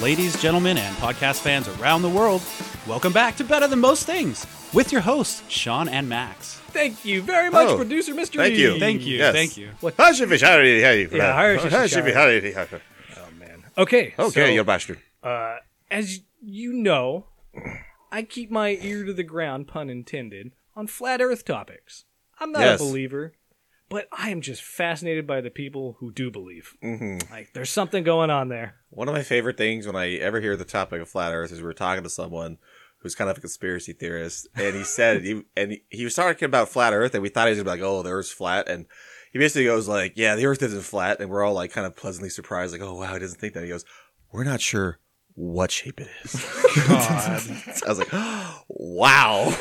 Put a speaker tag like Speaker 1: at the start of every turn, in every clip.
Speaker 1: ladies, gentlemen, and podcast fans around the world. Welcome back to Better Than Most Things with your hosts, Sean and Max.
Speaker 2: Thank you very much,
Speaker 3: Oh,
Speaker 2: producer mystery.
Speaker 3: Thank you.
Speaker 1: Thank you.
Speaker 3: Yes.
Speaker 1: Thank you.
Speaker 2: What?
Speaker 3: Hashivishari, hey.
Speaker 2: Yeah, Hashivishari.
Speaker 3: Hashivishari, hey.
Speaker 2: Oh man. Okay.
Speaker 3: Okay,
Speaker 2: so, uh,
Speaker 3: you bastard.
Speaker 2: as you know, I keep my ear to the ground, pun intended, on flat Earth topics. I'm not
Speaker 3: Yes.
Speaker 2: a believer, but I am just fascinated by the people who do believe. Mm-hmm. Like there's something going on there.
Speaker 4: One of my favorite things when I ever hear the topic of flat Earth is we were talking to someone who's kind of a conspiracy theorist, and he said, he, and he- he was talking about flat Earth, and we thought he was gonna be like, "Oh, the Earth's flat," and he basically goes like, "Yeah, the Earth isn't flat," and we're all like kind of pleasantly surprised, like, "Oh wow, he doesn't think that." He goes, "We're not sure what shape it is." I was like, "Wow!"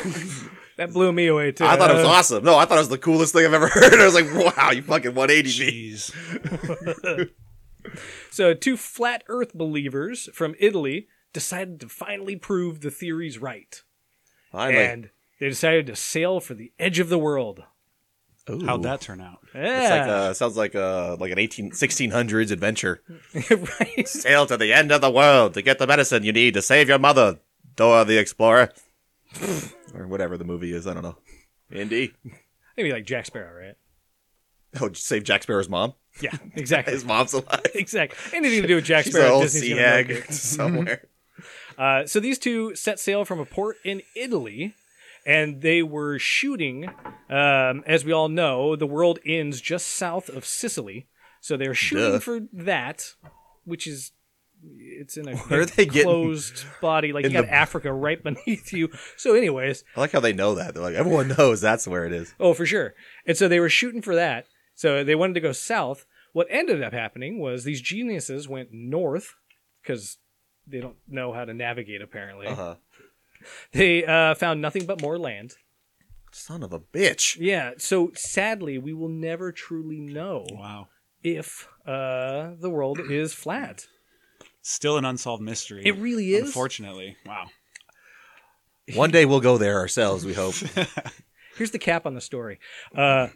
Speaker 2: That blew me away too. Uh,
Speaker 4: I thought it was awesome. No, I thought it was the coolest thing I've ever heard. I was like, "Wow, you fucking 180 me."
Speaker 1: Jeez.
Speaker 2: So two flat Earth believers from Italy decided to finally prove the theories right,
Speaker 4: Finally,
Speaker 2: and they decided to sail for the edge of the world.
Speaker 4: Ooh.
Speaker 1: How'd that turn out?
Speaker 2: Yeah.
Speaker 4: It's like uh sounds like a like an 18 1600s adventure.
Speaker 2: right.
Speaker 4: Sail to the end of the world to get the medicine you need to save your mother, Dora the Explorer, or whatever the movie is. I don't know. Indy.
Speaker 2: Maybe like Jack Sparrow, right?
Speaker 4: Oh, save Jack Sparrow's mom.
Speaker 2: Yeah, exactly.
Speaker 4: His mom's alive.
Speaker 2: exactly. Anything to do with Jack
Speaker 4: She's an
Speaker 2: Sparrow,
Speaker 4: old
Speaker 2: Disney's
Speaker 4: sea
Speaker 2: gonna milk
Speaker 4: hag
Speaker 2: it.
Speaker 4: somewhere.
Speaker 2: Uh, so these two set sail from a port in Italy, and they were shooting. Um, as we all know, the world ends just south of Sicily, so they're shooting
Speaker 4: Duh.
Speaker 2: for that, which is it's in a
Speaker 4: Where are they getting-
Speaker 2: closed body. Like you
Speaker 4: in
Speaker 2: got
Speaker 4: the-
Speaker 2: Africa right beneath you. So, anyways,
Speaker 4: I like how they know that. They're like, everyone knows that's where it is.
Speaker 2: Oh, for sure. And so they were shooting for that. So they wanted to go south. What ended up happening was these geniuses went north because they don't know how to navigate, apparently.
Speaker 4: Uh-huh.
Speaker 2: They uh, found nothing but more land.
Speaker 4: Son of a bitch.
Speaker 2: Yeah. So sadly, we will never truly know
Speaker 1: Wow.
Speaker 2: if uh, the world is flat.
Speaker 1: Still an unsolved mystery.
Speaker 2: It really is.
Speaker 1: Unfortunately. Wow.
Speaker 4: One day we'll go there ourselves, we hope.
Speaker 2: Here's the cap on the story. Uh,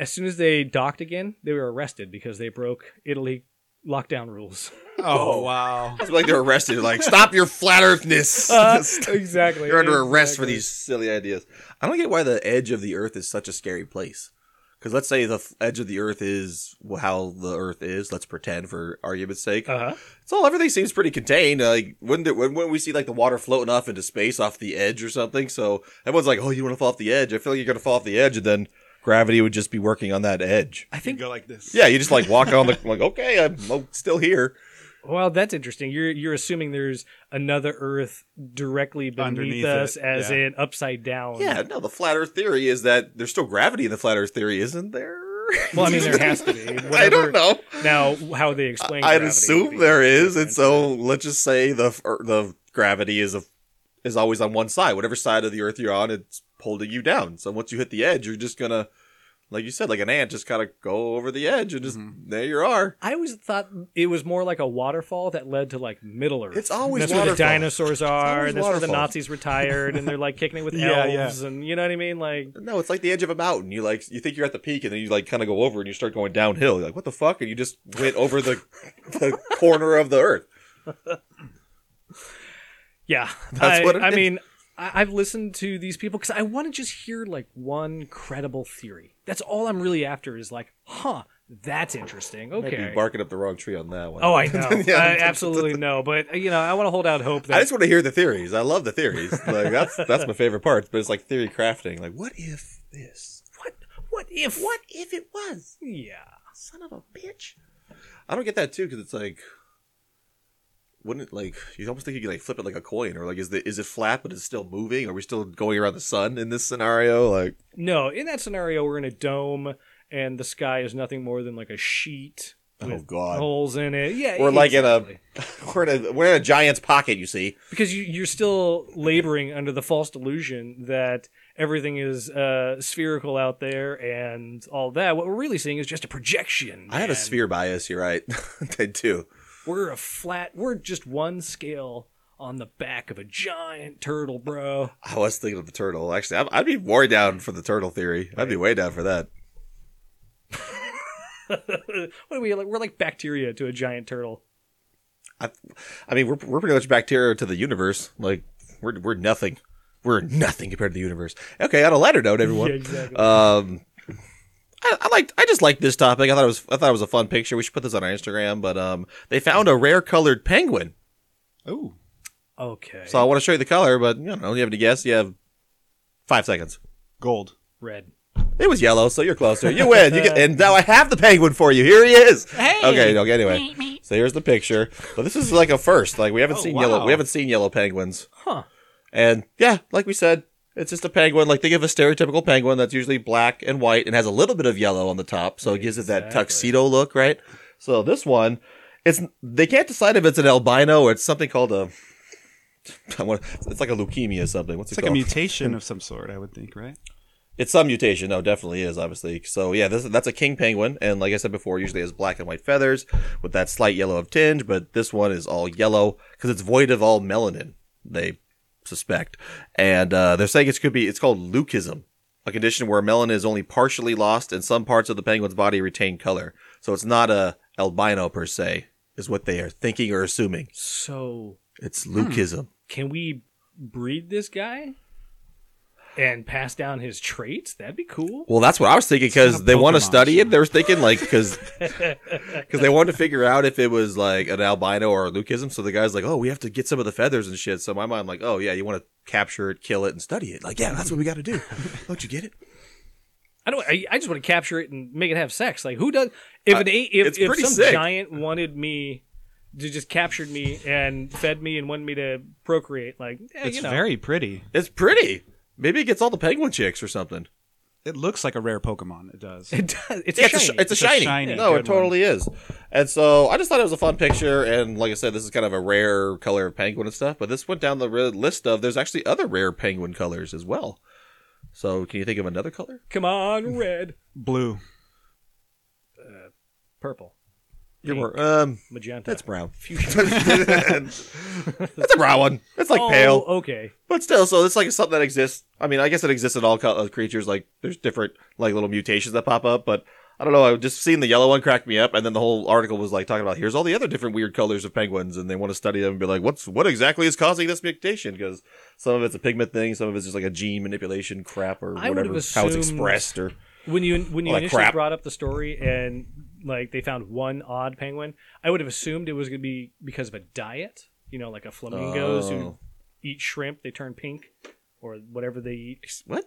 Speaker 2: as soon as they docked again, they were arrested because they broke Italy lockdown rules.
Speaker 1: Oh, wow.
Speaker 4: it's like they're arrested. Like, stop your flat earthness.
Speaker 2: Uh, exactly.
Speaker 4: You're under arrest for these silly ideas. I don't get why the edge of the earth is such a scary place. Because let's say the f- edge of the earth is wh- how the earth is. Let's pretend, for argument's sake.
Speaker 2: Uh huh.
Speaker 4: It's all everything seems pretty contained. Like wouldn't it, when when we see like the water floating off into space off the edge or something. So everyone's like, "Oh, you want to fall off the edge?" I feel like you're gonna fall off the edge, and then gravity would just be working on that edge.
Speaker 1: I think go like this.
Speaker 4: Yeah, you just like walk on the like, okay, I'm, I'm still here.
Speaker 2: Well, that's interesting. You're you're assuming there's another Earth directly beneath
Speaker 1: Underneath
Speaker 2: us,
Speaker 1: it,
Speaker 2: as
Speaker 1: yeah.
Speaker 2: in upside down.
Speaker 4: Yeah, no, the flat Earth theory is that there's still gravity in the flat Earth theory, isn't there?
Speaker 2: Well, I mean, there has to be. Whatever,
Speaker 4: I don't know.
Speaker 2: Now, how they explain?
Speaker 4: I'd
Speaker 2: gravity would
Speaker 4: assume
Speaker 2: be
Speaker 4: there is, and
Speaker 2: different.
Speaker 4: so let's just say the f- er, the gravity is a is always on one side. Whatever side of the Earth you're on, it's holding you down. So once you hit the edge, you're just gonna, like you said, like an ant, just kind of go over the edge, and just
Speaker 2: Mm-hmm.
Speaker 4: there you are.
Speaker 2: I always thought it was more like a waterfall that led to like Middle Earth.
Speaker 4: It's always
Speaker 2: that's where the
Speaker 4: waterfall.
Speaker 2: dinosaurs are.
Speaker 4: always
Speaker 2: That's where the
Speaker 4: waterfall.
Speaker 2: Nazis retired, and they're like kicking it with
Speaker 1: Yeah, yeah.
Speaker 2: elves, and you know what I mean. Like,
Speaker 4: No, it's like the edge of a mountain. You like you think you're at the peak, and then you like kind of go over, and you start going downhill. You're like, what the fuck? And you just went over the the corner of the Earth.
Speaker 2: yeah,
Speaker 4: That's
Speaker 2: I,
Speaker 4: what it
Speaker 2: I
Speaker 4: is.
Speaker 2: mean. I- I've listened to these people because I want to just hear like one credible theory. That's all I'm really after is like, huh, that's interesting.
Speaker 4: Might
Speaker 2: Okay,
Speaker 4: be barking up the wrong tree on that one.
Speaker 2: Oh, I know.
Speaker 4: Yeah.
Speaker 2: I absolutely know. But uh, you know, I want to hold out hope
Speaker 4: I
Speaker 2: that
Speaker 4: just want to hear the theories. I love the theories. Like that's that's my favorite part. But it's like theory crafting. Like, what if this?
Speaker 2: what what if
Speaker 4: What if it was?
Speaker 2: Yeah.
Speaker 4: Son of a bitch. I don't get that too because it's like, wouldn't it, like you almost think you could like flip it like a coin or like is the is it flat but it's still moving? Are we still going around the sun in this scenario? Like,
Speaker 2: No, in that scenario, we're in a dome, and the sky is nothing more than like a sheet
Speaker 4: Oh,
Speaker 2: with
Speaker 4: God.
Speaker 2: holes in it. Yeah,
Speaker 4: We're like in a-
Speaker 2: exactly.
Speaker 4: we're in a we're in a giant's pocket. You see,
Speaker 2: because you, you're still laboring under the false delusion that everything is uh, spherical out there and all that. What we're really seeing is just a projection.
Speaker 4: I have a
Speaker 2: man.
Speaker 4: sphere bias. You're right. I do.
Speaker 2: We're a flat. We're just one scale on the back of a giant turtle, bro.
Speaker 4: I was thinking of the turtle. Actually, I'd, I'd be more down for the turtle theory. I'd be way down for that.
Speaker 2: what are we like? We're like bacteria to a giant turtle.
Speaker 4: I, I mean, we're, we're pretty much bacteria to the universe. Like we're we're nothing. We're nothing compared to the universe. Okay, on a lighter note, everyone.
Speaker 2: Yeah, exactly.
Speaker 4: Um, I, I liked. I just liked this topic. I thought it was. I thought it was a fun picture. We should put this on our Instagram. But um, they found a rare colored penguin.
Speaker 1: Oh,
Speaker 2: okay.
Speaker 4: So I want to show you the color, but you know, you have to guess. You have five seconds.
Speaker 1: gold.
Speaker 2: Red.
Speaker 4: It was yellow, so you're closer. You win. You get, and now I have the penguin for you. Here he is. Okay. Okay. Anyway, so here's the picture. But this is like a first. Like we haven't
Speaker 1: Oh,
Speaker 4: seen yellow.
Speaker 1: wow.
Speaker 4: We haven't seen yellow penguins.
Speaker 2: Huh.
Speaker 4: And yeah, like we said, it's just a penguin. Like think of a stereotypical penguin that's usually black and white and has a little bit of yellow on the top, so it gives it that
Speaker 2: Exactly.
Speaker 4: tuxedo look, right? So this one, it's they can't decide if it's an albino or it's something called a. I want- It's like a leukemia or something. What's
Speaker 1: It's
Speaker 4: it
Speaker 1: like a
Speaker 4: called?
Speaker 1: mutation of some sort, I would think, right?
Speaker 4: It's some mutation. No, definitely is obviously. So yeah, this that's a king penguin, and like I said before, usually has black and white feathers with that slight yellow of tinge, but this one is all yellow because it's void of all melanin. They suspect, and uh, they're saying it could be. It's called leucism, a condition where melanin is only partially lost, and some parts of the penguin's body retain color. So it's not a albino per se, is what they are thinking or assuming.
Speaker 2: So
Speaker 4: It's leucism.
Speaker 2: can we breed this guy and pass down his traits? That'd be cool.
Speaker 4: Well, that's what I was thinking because
Speaker 1: kinda
Speaker 4: they want to
Speaker 1: Pokemon
Speaker 4: study it. They were thinking like because they wanted to figure out if it was like an albino or a leucism. So the guy's like, "Oh, we have to get some of the feathers and shit." So my mind like, "Oh yeah, you want to capture it, kill it, and study it? Like yeah, that's what we got to do. Don't you get it?
Speaker 2: I don't. I, I just want to capture it and make it have sex. Like who does? If an a if,
Speaker 4: Uh, it's
Speaker 2: if
Speaker 4: pretty
Speaker 2: some
Speaker 4: sick.
Speaker 2: giant wanted me to just captured me and fed me and wanted me to procreate, like eh,
Speaker 1: It's
Speaker 2: you know,
Speaker 1: very pretty.
Speaker 4: It's pretty. Maybe it gets all the penguin chicks or something.
Speaker 1: It looks like a rare Pokemon. It does.
Speaker 2: it does. It's a
Speaker 4: Yeah, it's, a,
Speaker 2: shiny.
Speaker 4: shi- it's a
Speaker 1: It's a
Speaker 4: shiny.
Speaker 1: shiny.
Speaker 4: No, it
Speaker 1: Good one.
Speaker 4: totally is. And so I just thought it was a fun picture. And like I said, this is kind of a rare color of penguin and stuff. But this went down the ri- list of there's actually other rare penguin colors as well. So can you think of another color?
Speaker 2: Come on, red,
Speaker 1: Blue.
Speaker 2: purple,
Speaker 4: You're more, um,
Speaker 2: magenta.
Speaker 4: that's brown. that's a brown one. It's like
Speaker 2: Oh,
Speaker 4: pale.
Speaker 2: Okay.
Speaker 4: But still, so it's like something that exists. I mean, I guess it exists in all co- uh, creatures. Like there's different like little mutations that pop up, but I don't know. I just seeing the yellow one cracked me up, and then the whole article was like talking about here's all the other different weird colors of penguins, and they want to study them and be like, what's what exactly is causing this mutation? Because some of it's a pigment thing, some of it's just like a gene manipulation crap or
Speaker 2: I would
Speaker 4: whatever
Speaker 2: have
Speaker 4: how it's
Speaker 2: assumed-
Speaker 4: expressed or
Speaker 2: When you when you
Speaker 4: All that
Speaker 2: initially
Speaker 4: crap.
Speaker 2: brought up the story and like they found one odd penguin, I would have assumed it was going to be because of a diet. You know, like a flamingos who
Speaker 4: Oh.
Speaker 2: eat shrimp, they turn pink, or whatever they eat.
Speaker 4: what?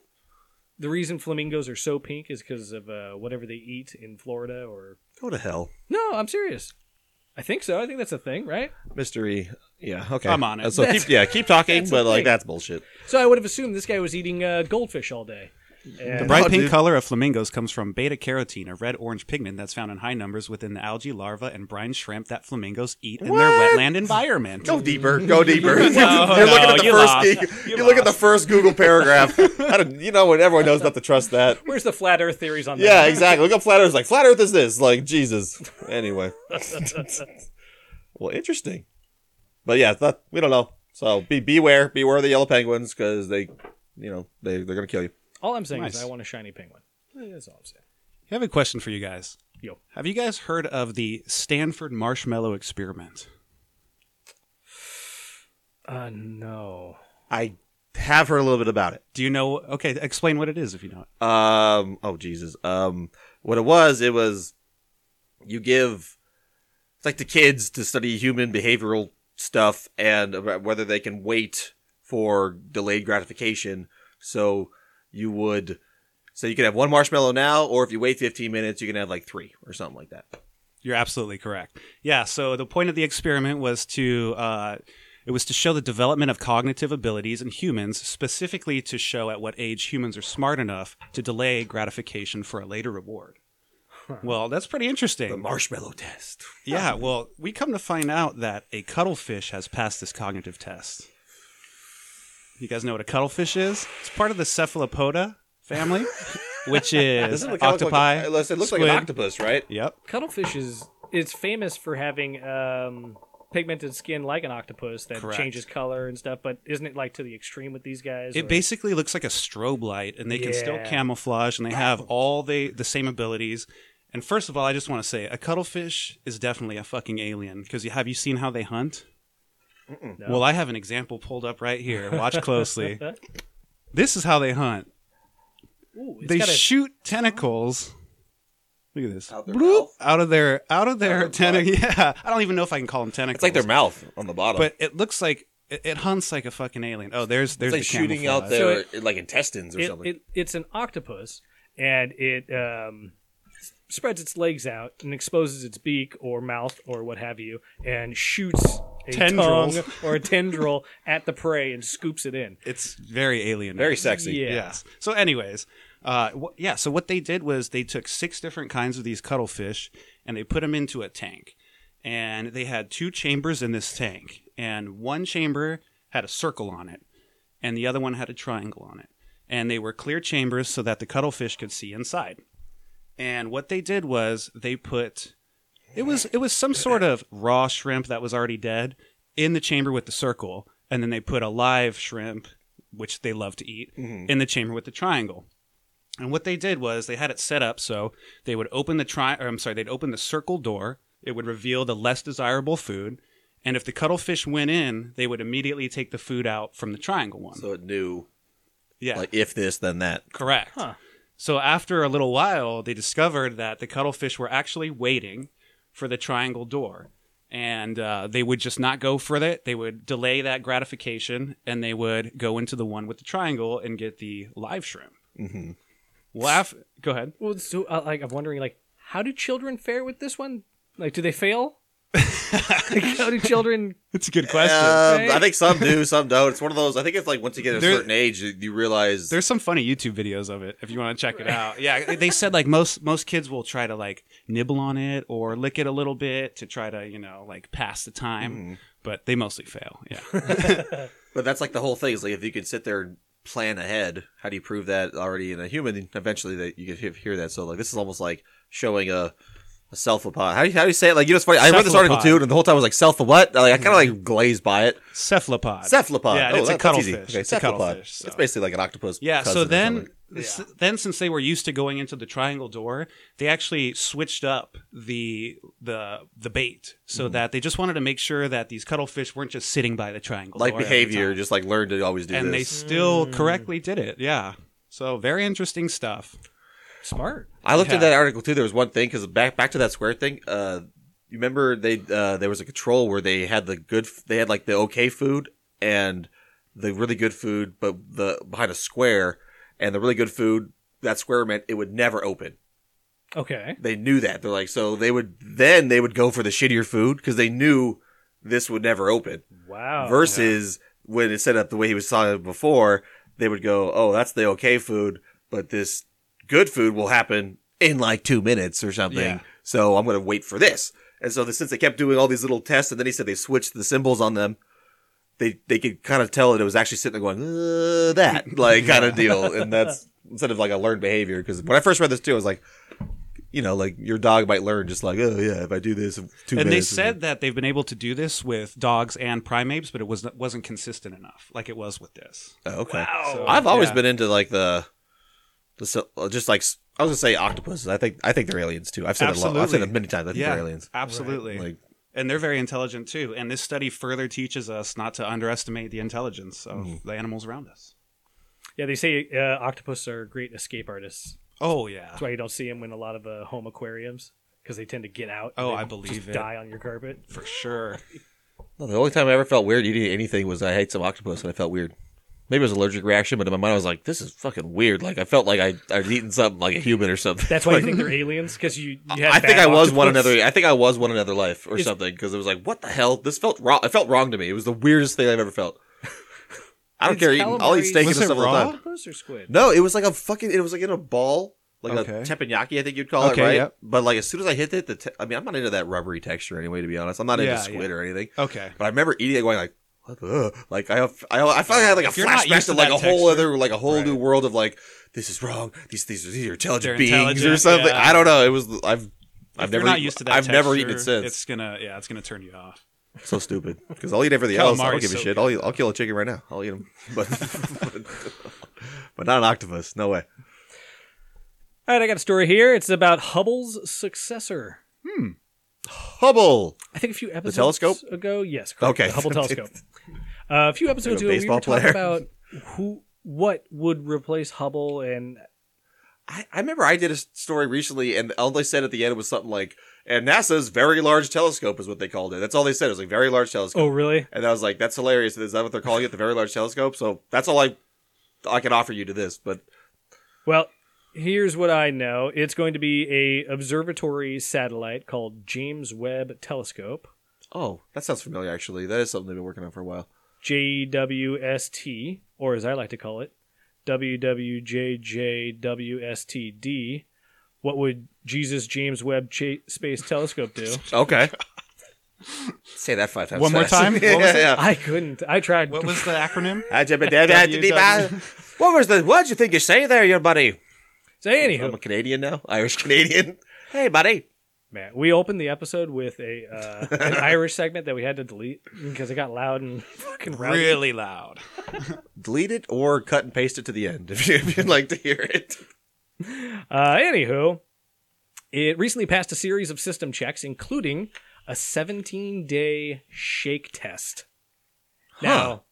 Speaker 2: The reason flamingos are so pink is because of uh, whatever they eat in Florida. Or
Speaker 4: Go to hell,
Speaker 2: no, I'm serious. I think so. I think that's a thing, right?
Speaker 4: mystery. Yeah, okay.
Speaker 1: I'm on it.
Speaker 4: Uh, So keep, yeah, keep talking,
Speaker 2: That's a
Speaker 4: but like
Speaker 2: thing.
Speaker 4: that's bullshit.
Speaker 2: So I would have assumed this guy was eating uh, goldfish all day.
Speaker 1: The
Speaker 2: And
Speaker 1: bright
Speaker 4: No,
Speaker 1: pink
Speaker 4: dude.
Speaker 1: color of flamingos comes from beta carotene, a red orange pigment that's found in high numbers within the algae larvae and brine shrimp that flamingos eat in their
Speaker 4: What?
Speaker 1: wetland environment.
Speaker 4: Go deeper. Go deeper. you're
Speaker 1: no,
Speaker 4: looking at the
Speaker 1: you
Speaker 4: first.
Speaker 1: lost.
Speaker 4: Gig, you look at the first Google paragraph. I don't, you know, when everyone knows not to trust that.
Speaker 2: Where's the flat Earth theories on
Speaker 4: Yeah,
Speaker 2: that?
Speaker 4: exactly. Look up flat Earth. Like flat Earth is this. Like Jesus. Anyway. well, interesting. But yeah, it's not, we don't know. So be beware, beware of the yellow penguins because they, you know, they they're gonna kill you.
Speaker 2: All I'm saying is
Speaker 1: Nice.
Speaker 2: I want a shiny penguin. Eh, That's all I'm saying.
Speaker 1: I have a question for you guys.
Speaker 2: Yo.
Speaker 1: Have you guys heard of the Stanford marshmallow experiment?
Speaker 2: Uh, no.
Speaker 4: I have heard a little bit about it.
Speaker 1: Do you know? Okay, explain what it is if you know it.
Speaker 4: Um. Oh Jesus. Um. What it was, it was you give. It's like the kids to study human behavioral stuff and about whether they can wait for delayed gratification. So you would. So you can have one marshmallow now, or if you wait 15 minutes, you can have like three or something like that.
Speaker 1: You're absolutely correct. Yeah. So the point of the experiment was to uh, it was to show the development of cognitive abilities in humans, specifically to show at what age humans are smart enough to delay gratification for a later reward. Well, that's pretty
Speaker 4: The
Speaker 1: interesting.
Speaker 4: marshmallow test.
Speaker 1: Yeah. Well, we come to find out that a cuttlefish has passed this cognitive test. You guys know what a cuttlefish is? It's part of the cephalopoda family, which is octopi.
Speaker 4: Like, unless it looks like
Speaker 1: squid.
Speaker 4: an octopus, right?
Speaker 1: Yep.
Speaker 2: Cuttlefish is it's famous for having um, pigmented skin like an octopus that
Speaker 1: Correct.
Speaker 2: changes color and stuff. But isn't it like to the extreme with these guys?
Speaker 1: It
Speaker 2: or-
Speaker 1: basically looks like a strobe light, and they can still
Speaker 2: Yeah.
Speaker 4: Oh.
Speaker 1: camouflage, and they have all the the same abilities. And first of all, I just want to say a cuttlefish is definitely a fucking alien because have you seen how they hunt? Well, I have an example pulled up right here. Watch closely. this is how they hunt.
Speaker 2: Ooh, it's
Speaker 1: they
Speaker 2: got a-
Speaker 1: shoot tentacles. Look at this.
Speaker 4: Out their
Speaker 1: Bloop!
Speaker 4: mouth?
Speaker 1: out of their out of their
Speaker 4: Out their
Speaker 1: tentacles. Yeah, I don't even know if I can call them tentacles.
Speaker 4: It's like their mouth on the bottom.
Speaker 1: but it looks like it, it hunts like a fucking alien. Oh, there's there's
Speaker 4: it's like
Speaker 1: the
Speaker 4: shooting
Speaker 1: camouflage.
Speaker 4: out
Speaker 2: So
Speaker 4: their like intestines or
Speaker 2: it,
Speaker 4: something.
Speaker 2: it, it's an octopus and it um, s- spreads its legs out and exposes its beak or mouth or what have you and shoots a
Speaker 1: Tendrils.
Speaker 2: tongue or a tendril at the prey and scoops it in.
Speaker 1: It's very alien.
Speaker 4: Very sexy.
Speaker 2: Yeah.
Speaker 1: Yes. So, anyways, uh, wh- yeah. So what they did was they took six different kinds of these cuttlefish and they put them into a tank, and they had two chambers in this tank, and one chamber had a circle on it, and the other one had a triangle on it, and they were clear chambers so that the cuttlefish could see inside. And what they did was they put it was it was some sort of raw shrimp that was already dead in the chamber with the circle, and then they put a live shrimp, which they love to eat, in the chamber with the triangle. And what they did was they had it set up so they would open the tri or I'm sorry, they'd open the circle door, it would reveal the less desirable food, and if the cuttlefish went in, they would immediately take the food out from the triangle one.
Speaker 4: So it knew
Speaker 1: yeah.
Speaker 4: like if this then that.
Speaker 1: Correct. So after a little while, they discovered that the cuttlefish were actually waiting for the triangle door, and uh, they would just not go for it. They would delay that gratification, and they would go into the one with the triangle and get the live shrimp. Mm-hmm. Well, af- go ahead.
Speaker 2: Well, so uh, like I'm wondering, like, how do children fare with this one? Like, do they fail? like, how do children?
Speaker 1: It's a good question.
Speaker 4: Um,
Speaker 2: Right?
Speaker 4: I think some do, some don't. It's one of those. I think it's like once you get a
Speaker 1: There-
Speaker 4: certain age, you- you realize
Speaker 1: There's some funny YouTube videos of it if you want to check it out. Yeah, they said like most most kids will try to like nibble on it or lick it a little bit to try to you know like pass the time, but they mostly fail. Yeah,
Speaker 4: But that's like the whole thing. Is like if you can sit there and plan ahead, how do you prove that already in a human? Eventually, that you could he- hear that. So like this is almost like showing a. A cephalopod. How do, you, how do you say it? Like you know, it's funny. I read this article
Speaker 1: Cephalopod.
Speaker 4: too, and the whole time I was like, "Cepha what?" Like I kind of like glazed by it.
Speaker 1: cephalopod.
Speaker 4: Cephalopod.
Speaker 1: Yeah, and
Speaker 4: Oh,
Speaker 1: it's a
Speaker 4: that- that's easy.
Speaker 1: cuttlefish.
Speaker 4: Okay,
Speaker 1: It's a
Speaker 4: cephalopod.
Speaker 1: cuttlefish. so-
Speaker 4: It's basically like an octopus.
Speaker 1: Yeah,
Speaker 4: cousin
Speaker 1: so
Speaker 4: or
Speaker 1: then
Speaker 4: something.
Speaker 1: s- then since they were used to going into the triangle door, they actually switched up the the the bait so
Speaker 4: Mm-hmm.
Speaker 1: that they just wanted to make sure that these cuttlefish weren't just sitting by the triangle
Speaker 4: like
Speaker 1: door every
Speaker 4: behavior,
Speaker 1: time.
Speaker 4: just like learn to always do
Speaker 1: and they
Speaker 4: this.
Speaker 1: still correctly did it. Yeah. So very interesting stuff.
Speaker 2: Smart.
Speaker 4: I looked
Speaker 1: Yeah.
Speaker 4: at that article too. There was one thing because back back to that square thing. Uh, you remember they uh, there was a control where they had the good, f- they had like the okay food and the really good food, but the behind a square and the really good food that square meant it would never open.
Speaker 2: Okay.
Speaker 4: They knew that. They're like so they would then they would go for the shittier food because they knew this would never open.
Speaker 2: Wow.
Speaker 4: versus when it's set up the way he was saw it before, they would go, "Oh, that's the okay food, but this good food will happen in like two minutes or something."
Speaker 1: Yeah.
Speaker 4: So I'm going to wait for this. And so the, since they kept doing all these little tests, and then he said they switched the symbols on them, they they could kind of tell that it was actually sitting there going uh, that like kind of deal, and that's instead of like a learned behavior. Because when I first read this too, I was like. You know, like your dog might learn just like, oh yeah, if I do this, in two
Speaker 1: And they
Speaker 4: minutes.
Speaker 1: said that they've been able to do this with dogs and primates, but it was wasn't consistent enough like it was with this.
Speaker 4: Oh, okay.
Speaker 1: So,
Speaker 4: I've always
Speaker 1: yeah.
Speaker 4: been into like the, the so- uh, just like s- I was gonna say octopuses. I think I think they're aliens too. I've said it a lot. I've said
Speaker 1: Absolutely.
Speaker 4: it many times. I think
Speaker 1: Yeah,
Speaker 4: they're aliens.
Speaker 1: absolutely.
Speaker 4: Like
Speaker 1: and they're very intelligent too. And this study further teaches us not to underestimate the intelligence of
Speaker 4: Mm-hmm.
Speaker 1: the animals around us.
Speaker 2: Yeah, they say uh, octopus are great escape artists.
Speaker 1: Oh yeah,
Speaker 2: That's why you don't see them in a lot of uh, home aquariums because they tend to get out.
Speaker 1: Oh,
Speaker 2: and
Speaker 1: I
Speaker 2: they
Speaker 1: believe
Speaker 2: just
Speaker 1: it.
Speaker 2: Die on your carpet.
Speaker 1: for sure.
Speaker 4: no, the only time I ever felt weird eating anything was I ate some octopus and I felt weird. Maybe it was an allergic reaction, but in my mind I was like, "This is fucking weird." Like I felt like I I'd eaten something like a human or something.
Speaker 2: That's why you think they're aliens because you. you had
Speaker 4: I think
Speaker 2: bad
Speaker 4: I was one
Speaker 2: octopus.
Speaker 4: another. I think I was one another life or something because it was like, "What the hell?" This felt wrong. It felt wrong to me. It was the weirdest thing I've ever felt. I don't
Speaker 2: It's
Speaker 4: care. Eating, I'll eat
Speaker 2: calamari-
Speaker 4: steak
Speaker 1: Was
Speaker 4: and
Speaker 1: it
Speaker 4: stuff all
Speaker 1: raw?
Speaker 4: the time.
Speaker 2: Octopus or squid?
Speaker 4: No, it was like a fucking. It was like in a ball, like
Speaker 1: Okay.
Speaker 4: a teppanyaki, I think you'd call
Speaker 1: Okay,
Speaker 4: it, right?
Speaker 1: yep.
Speaker 4: But like as soon as I hit it, the te- I mean, I'm not into that rubbery texture anyway. To be honest, I'm not
Speaker 1: Yeah,
Speaker 4: into squid
Speaker 1: yeah.
Speaker 4: or anything.
Speaker 1: Okay.
Speaker 4: But I remember eating it, going like, what the? Like I, I, I finally had like
Speaker 1: Oh,
Speaker 4: a
Speaker 1: If you're not
Speaker 4: flashback
Speaker 1: used
Speaker 4: to
Speaker 1: to
Speaker 4: like a
Speaker 1: that
Speaker 4: whole
Speaker 1: texture.
Speaker 4: other, like a whole new world of like, this is wrong. These these are, these are intelligent
Speaker 1: They're
Speaker 4: beings or
Speaker 1: intelligent,
Speaker 4: something.
Speaker 1: yeah.
Speaker 4: I don't know. It was I've. I've
Speaker 1: If
Speaker 4: never
Speaker 1: you're not
Speaker 4: eaten-
Speaker 1: used to that.
Speaker 4: I've never eaten it
Speaker 1: texture,
Speaker 4: since.
Speaker 1: It's gonna yeah, it's gonna turn you off.
Speaker 4: so stupid because I'll eat everything else. I don't
Speaker 1: Calamari's
Speaker 4: give a
Speaker 1: so
Speaker 4: shit. I'll, eat- I'll kill a chicken right now. I'll eat them, but but not an octopus. No way.
Speaker 2: All right, I got a story here. It's about Hubble's successor.
Speaker 4: Hubble.
Speaker 2: I think a few episodes
Speaker 4: telescope?
Speaker 2: ago. Yes, correct.
Speaker 4: Okay.
Speaker 2: The Hubble telescope. Uh, a few episodes
Speaker 4: a
Speaker 2: ago, we
Speaker 4: baseball
Speaker 2: were talking
Speaker 4: player.
Speaker 2: about who, what would replace Hubble, and
Speaker 4: I, I remember I did a s- story recently, and all they said at the end was something like, "And NASA's Very Large Telescope" is what they called it. That's all they said. It was like Very Large Telescope,
Speaker 2: oh, really?
Speaker 4: and I was like, "That's hilarious. Is that what they're calling it? The Very Large Telescope?" So that's all I I can offer you to this. But
Speaker 2: Well, here's what I know. It's going to be a observatory satellite called James Webb Telescope,
Speaker 4: oh, that sounds familiar. Actually, that is something they've been working on for a while.
Speaker 2: JWST, or as I like to call it, WWJJWSTD. What would Jesus James Webb Ch- Space Telescope do?
Speaker 4: Okay. Say that five times.
Speaker 1: One more
Speaker 4: fast.
Speaker 1: time? What was
Speaker 4: yeah,
Speaker 1: it?
Speaker 4: yeah.
Speaker 2: I couldn't. I tried.
Speaker 1: What was the acronym?
Speaker 4: I jump it down, down to the bottom. What was the? What'd you think you say there, your buddy?
Speaker 2: So anywho,
Speaker 4: I'm a Canadian now, Irish Canadian. Hey, buddy.
Speaker 2: Man, we opened the episode with a uh, an Irish segment that we had to delete because it got loud and fucking rowdy.
Speaker 1: Really loud.
Speaker 4: Delete it or cut and paste it to the end if you- if you'd like to hear it.
Speaker 2: Uh, anywho, it recently passed a series of system checks, including a 17 day shake test. Now,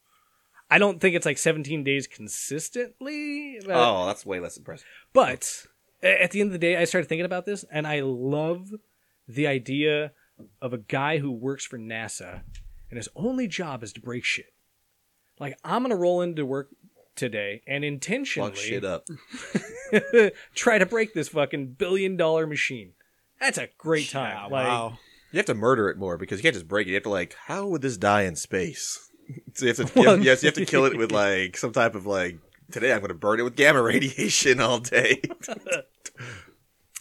Speaker 2: I don't think it's like 17 days consistently, but,
Speaker 4: Oh, that's way less impressive.
Speaker 2: but a- at the end of the day, I started thinking about this, and I love the idea of a guy who works for NASA and his only job is to break shit. Like I'm gonna roll into work today and intentionally
Speaker 4: Fuck shit up.
Speaker 2: try to break this fucking billion dollar machine. That's a great time.
Speaker 1: Yeah,
Speaker 2: like,
Speaker 1: wow.
Speaker 4: You have to murder it more because you can't just break it. You have to like, how would this die in space? So you have to,
Speaker 2: Well,
Speaker 4: yes, you have to kill it with like some type of like. Today I'm going to burn it with gamma radiation all day.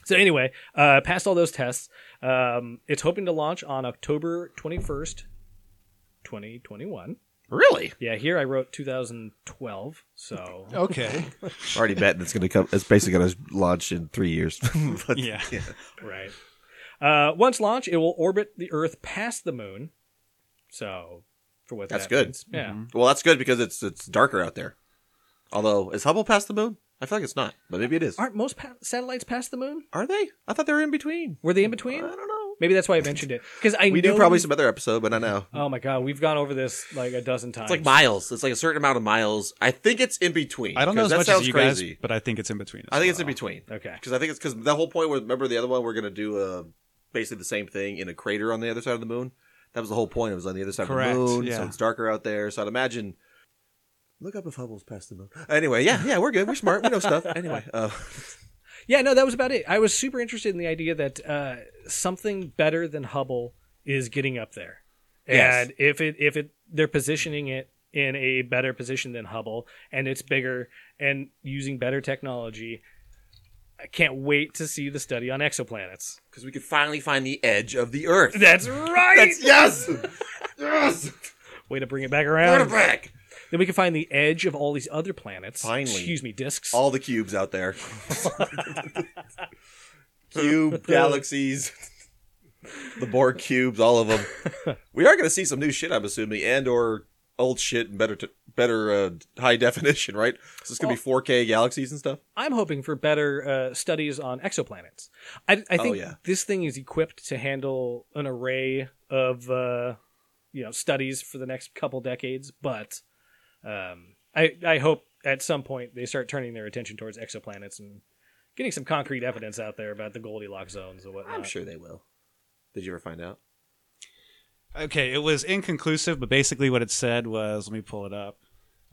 Speaker 2: So anyway, uh, passed all those tests. Um, it's hoping to launch on October 21st, 2021.
Speaker 4: really?
Speaker 2: Yeah, here I wrote 2012. So
Speaker 1: Okay.
Speaker 4: Already bet that's going to come. It's basically going to launch in three years. But-
Speaker 1: Yeah.
Speaker 2: right. Uh, once launched, it will orbit the Earth past the Moon. So for what
Speaker 4: That's
Speaker 2: that
Speaker 4: good. Mm-hmm.
Speaker 2: means. Yeah.
Speaker 4: Well, that's good because it's it's darker out there. Although, is Hubble past the moon? I feel like it's not, but maybe it is.
Speaker 2: Aren't most pa- satellites past the Moon?
Speaker 4: Are they? I thought they were in between.
Speaker 2: Were they in between?
Speaker 4: I don't know.
Speaker 2: Maybe that's why I mentioned it because I
Speaker 4: We
Speaker 2: know
Speaker 4: do probably some other episode, but I know.
Speaker 2: Oh my god, we've gone over this like a dozen times.
Speaker 4: It's like miles. It's like a certain amount of miles. I think it's in between.
Speaker 1: I don't know as
Speaker 4: 'cause that
Speaker 1: much
Speaker 4: sounds
Speaker 1: as you
Speaker 4: crazy.
Speaker 1: guys, but I think it's in between. as
Speaker 4: I think it's in
Speaker 1: well.
Speaker 4: between.
Speaker 2: Okay.
Speaker 4: Because I think it's because the whole point was remember the other one we're gonna do uh, basically the same thing in a crater on the other side of the moon. That was the whole point. It was on the other side
Speaker 1: Correct,
Speaker 4: of the moon, so
Speaker 1: yeah.
Speaker 4: it's darker out there. So I'd imagine. Look up if Hubble's past the moon. Anyway, yeah, yeah, we're good. We're smart. We know stuff. Anyway, uh,
Speaker 2: Yeah, no, that was about it. I was super interested in the idea that uh, something better than Hubble is getting up there,
Speaker 4: Yes.
Speaker 2: and if it if it they're positioning it in a better position than Hubble, and it's bigger and using better technology. I can't wait to see the study on exoplanets.
Speaker 4: because we could finally find the edge of the Earth.
Speaker 2: That's right.
Speaker 4: That's yes, yes.
Speaker 2: Way to bring it back
Speaker 4: Put it
Speaker 2: around.
Speaker 4: back.
Speaker 2: Then we can find the edge of all these other planets.
Speaker 4: Finally.
Speaker 2: excuse me, discs.
Speaker 4: All the cubes out there. Cube galaxies, the Borg cubes, all of them. We are going to see some new shit, I'm assuming, and or old shit and better t- better uh, high definition, right? So it's going to be 4K galaxies and stuff.
Speaker 2: I'm hoping for better uh, studies on exoplanets. I, I think
Speaker 4: Oh, yeah.
Speaker 2: this thing is equipped to handle an array of uh, you know studies for the next couple decades, but um, I I hope at some point they start turning their attention towards exoplanets and getting some concrete evidence out there about the Goldilocks zones and whatnot.
Speaker 4: I'm sure they will. Did you ever find out?
Speaker 1: Okay, it was inconclusive, but basically what it said was, let me pull it up.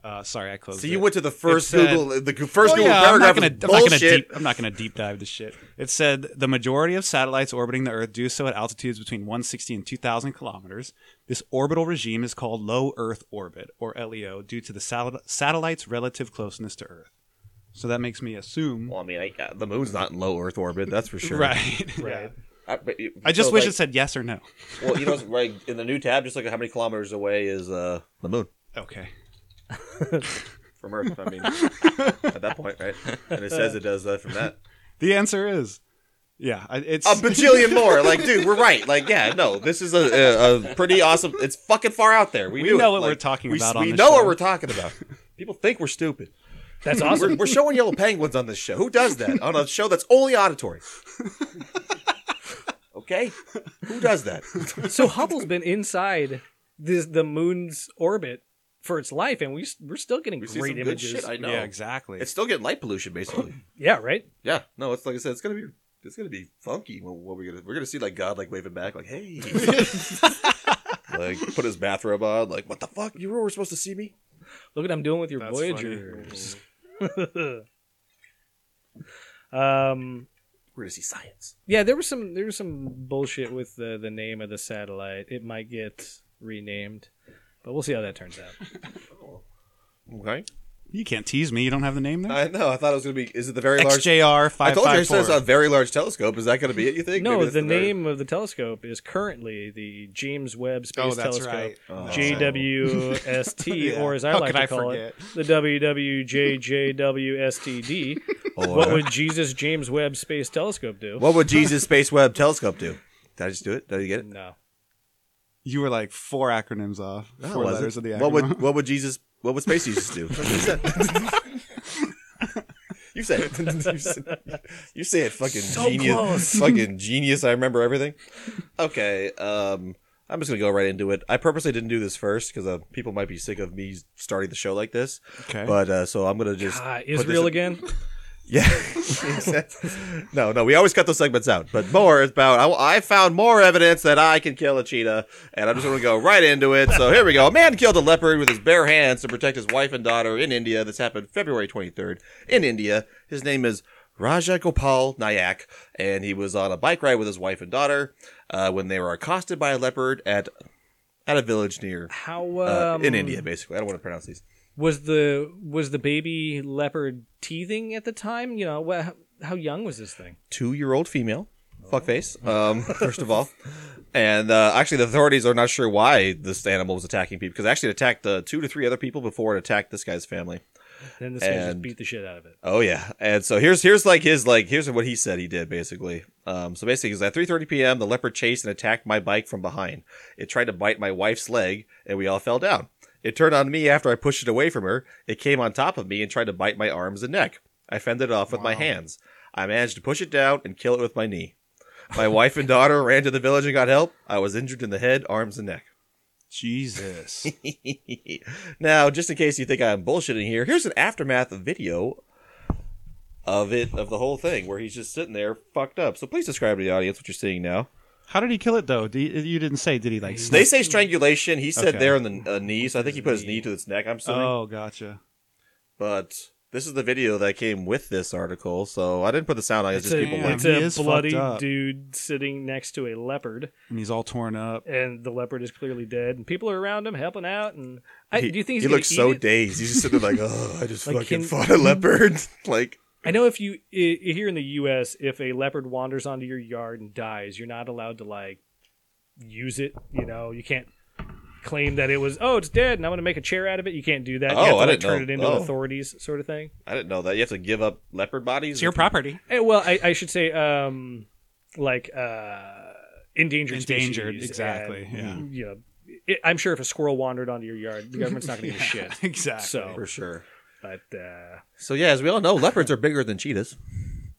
Speaker 1: Uh, sorry, I closed.
Speaker 4: So
Speaker 1: it.
Speaker 4: you went to the first
Speaker 1: said-
Speaker 4: Google, the g- first
Speaker 1: Well,
Speaker 4: Google
Speaker 1: Oh, yeah, I'm not gonna,
Speaker 4: paragraph. is
Speaker 1: I'm not gonna
Speaker 4: bullshit.
Speaker 1: deep. I'm not gonna deep dive this shit. It said the majority of satellites orbiting the Earth do so at altitudes between 160 and 2,000 kilometers. This orbital regime is called low Earth orbit, or LEO, due to the sal- satellite's relative closeness to Earth. So that makes me assume,
Speaker 4: Well, I mean, I, uh, the moon's not in low Earth orbit, that's for sure.
Speaker 1: right?
Speaker 2: Right.
Speaker 4: I, but you-
Speaker 1: I just
Speaker 4: so,
Speaker 1: wish
Speaker 4: like-
Speaker 1: it said yes or no.
Speaker 4: Well, you know, like in the new tab, just look at how many kilometers away is uh, the moon
Speaker 1: Okay.
Speaker 4: from Earth. I mean, at that point, right? And it says it does that from that.
Speaker 1: The answer is, yeah. I- It's
Speaker 4: A bajillion more. Like, dude, we're right. Like, yeah, no, this is a, a, a pretty awesome. It's fucking far out there. We,
Speaker 1: We
Speaker 4: knew
Speaker 1: know
Speaker 4: it.
Speaker 1: what we're
Speaker 4: Like,
Speaker 1: talking
Speaker 4: we,
Speaker 1: about on
Speaker 4: We
Speaker 1: this
Speaker 4: know
Speaker 1: show.
Speaker 4: what we're talking about. People think we're stupid.
Speaker 2: That's awesome.
Speaker 4: We're, we're showing yellow penguins on this show. Who does that on a show that's only auditory? Okay, who does that?
Speaker 2: so Hubble's been inside this, the moon's orbit for its life, and we s- we're still getting
Speaker 4: We see
Speaker 2: great
Speaker 4: some good
Speaker 2: images.
Speaker 4: shit, I know.
Speaker 1: Yeah, exactly.
Speaker 4: It's still getting light pollution, basically.
Speaker 2: yeah, right.
Speaker 4: Yeah, no, it's like I said, it's gonna be it's gonna be funky. What, what we're gonna we're gonna see like God like waving back, like hey, like put his bathrobe on, like what the fuck? You were supposed to see me?
Speaker 2: Look what I'm doing with your
Speaker 1: That's
Speaker 2: Voyagers. um,
Speaker 4: We're gonna see science.
Speaker 2: yeah, there was some there was some bullshit with the the name of the satellite. It might get renamed, but we'll see how that turns out.
Speaker 4: Okay,
Speaker 1: you can't tease me. You don't have the name there.
Speaker 4: I know. I thought it was gonna be. Is it the very large?
Speaker 1: XJR
Speaker 4: I
Speaker 1: five
Speaker 4: told you
Speaker 1: five
Speaker 4: it says a Oh,
Speaker 1: four.
Speaker 4: very large telescope. Is that gonna be it? You think? Maybe
Speaker 2: no,
Speaker 4: that's
Speaker 2: the
Speaker 4: very-
Speaker 2: name of the telescope is currently the James Webb Space
Speaker 1: Oh, that's
Speaker 2: Telescope.
Speaker 1: right.
Speaker 4: Oh.
Speaker 2: JWST,
Speaker 1: Yeah.
Speaker 2: or as I
Speaker 1: How
Speaker 2: like
Speaker 1: could
Speaker 2: to
Speaker 1: I
Speaker 2: call
Speaker 1: forget?
Speaker 2: it, the WWJJWSTD.
Speaker 4: Or-
Speaker 2: what would Jesus James Webb Space Telescope do?
Speaker 4: what would Jesus Space Webb Telescope do? Did I just do it? Did you get it?
Speaker 2: No.
Speaker 1: You were like four acronyms off.
Speaker 4: No, Oh, it
Speaker 1: Four
Speaker 4: wasn't.
Speaker 1: letters of the acronym.
Speaker 4: what would what would Jesus what would Space Jesus do? That's what you said. You said it. You said, you say it fucking
Speaker 2: So
Speaker 4: genius.
Speaker 2: close.
Speaker 4: Fucking genius. I remember everything. Okay. Um, I'm just going to go right into it. I purposely didn't do this first because uh, people might be sick of me starting the show like this.
Speaker 1: Okay.
Speaker 4: But uh, so I'm going to just.
Speaker 2: Ah,
Speaker 4: put this
Speaker 2: Israel
Speaker 4: in-
Speaker 2: again?
Speaker 4: yeah. Exactly. no, no, we always cut those segments out. But more is about I, I found more evidence that I can kill a cheetah, and I'm just going to go right into it. So here we go. A man killed a leopard with his bare hands to protect his wife and daughter in India. This happened February 23rd in India. His name is Raja Gopal Nayak, and he was on a bike ride with his wife and daughter uh, when they were accosted by a leopard at at a village near
Speaker 2: How
Speaker 4: uh,
Speaker 2: um,
Speaker 4: in India. Basically, I don't want to pronounce these.
Speaker 2: was the was the baby leopard teething at the time? You know, wha- how young was this thing?
Speaker 4: two year old female. Fuckface, um, first of all. And uh, actually, the authorities are not sure why this animal was attacking people because it actually attacked uh, two to three other people before it attacked this guy's family.
Speaker 2: Then this guy just
Speaker 4: And-
Speaker 2: beat the shit out of it.
Speaker 4: Oh yeah, and so here's here's like his like here's what he said he did basically. Um, so basically, it was at 3:30 p.m. The leopard chased and attacked my bike from behind. It tried to bite my wife's leg, and we all fell down. It turned on me after I pushed it away from her. It came on top of me and tried to bite my arms and neck. I fended it off with my hands. I managed to push it down and kill it with my knee. My wife and daughter ran to the village and got help. I was injured in the head, arms, and neck.
Speaker 1: Jesus.
Speaker 4: now, just in case you think I'm bullshitting here, here's an aftermath video of it of the whole thing where he's just sitting there fucked up. So please describe to the audience what you're seeing now.
Speaker 1: How did he kill it though? Do you, you didn't say. Did he like?
Speaker 4: They
Speaker 1: Snake?
Speaker 4: say strangulation. He said
Speaker 1: Okay.
Speaker 4: there on the uh, knee, so I think he put his knee to its neck. I'm assuming,
Speaker 1: Oh, gotcha.
Speaker 4: but this is the video that came with this article, so I didn't put the sound on. It's,
Speaker 2: It's
Speaker 4: just
Speaker 2: a,
Speaker 4: people
Speaker 1: Damn,
Speaker 4: like
Speaker 2: it's
Speaker 1: he
Speaker 2: a
Speaker 1: is fucked
Speaker 2: bloody
Speaker 1: up.
Speaker 2: dude sitting next to a leopard.
Speaker 1: And he's all torn up.
Speaker 2: and the leopard is clearly dead, and people are around him helping out. And I,
Speaker 4: he,
Speaker 2: do you think he's
Speaker 4: he
Speaker 2: gonna
Speaker 4: looks
Speaker 2: eat
Speaker 4: so
Speaker 2: it?
Speaker 4: dazed? He's just sitting there like, oh, I just
Speaker 2: Like,
Speaker 4: fucking
Speaker 2: can-
Speaker 4: fought a leopard. like,
Speaker 2: I know if you i- here in the U.S., if a leopard wanders onto your yard and dies, you're not allowed to like use it. You know, you can't claim that it was oh it's dead, and I'm going to make a chair out of it. You can't do that. you
Speaker 4: Oh,
Speaker 2: have to
Speaker 4: I
Speaker 2: like,
Speaker 4: didn't
Speaker 2: turn
Speaker 4: know.
Speaker 2: it into
Speaker 4: Oh.
Speaker 2: authorities, sort of thing.
Speaker 4: I didn't know that. You have to give up leopard bodies.
Speaker 1: It's your property.
Speaker 2: Eh, well, I, I should say, um, like uh, endangered,
Speaker 1: Endangered,
Speaker 2: species
Speaker 1: exactly,
Speaker 2: And, yeah. You know, it, I'm sure if a squirrel wandered onto your yard, the government's not going to give a shit.
Speaker 1: Exactly.
Speaker 2: So,
Speaker 4: for sure.
Speaker 2: but uh,
Speaker 4: So yeah, as we all know, leopards are bigger than cheetahs,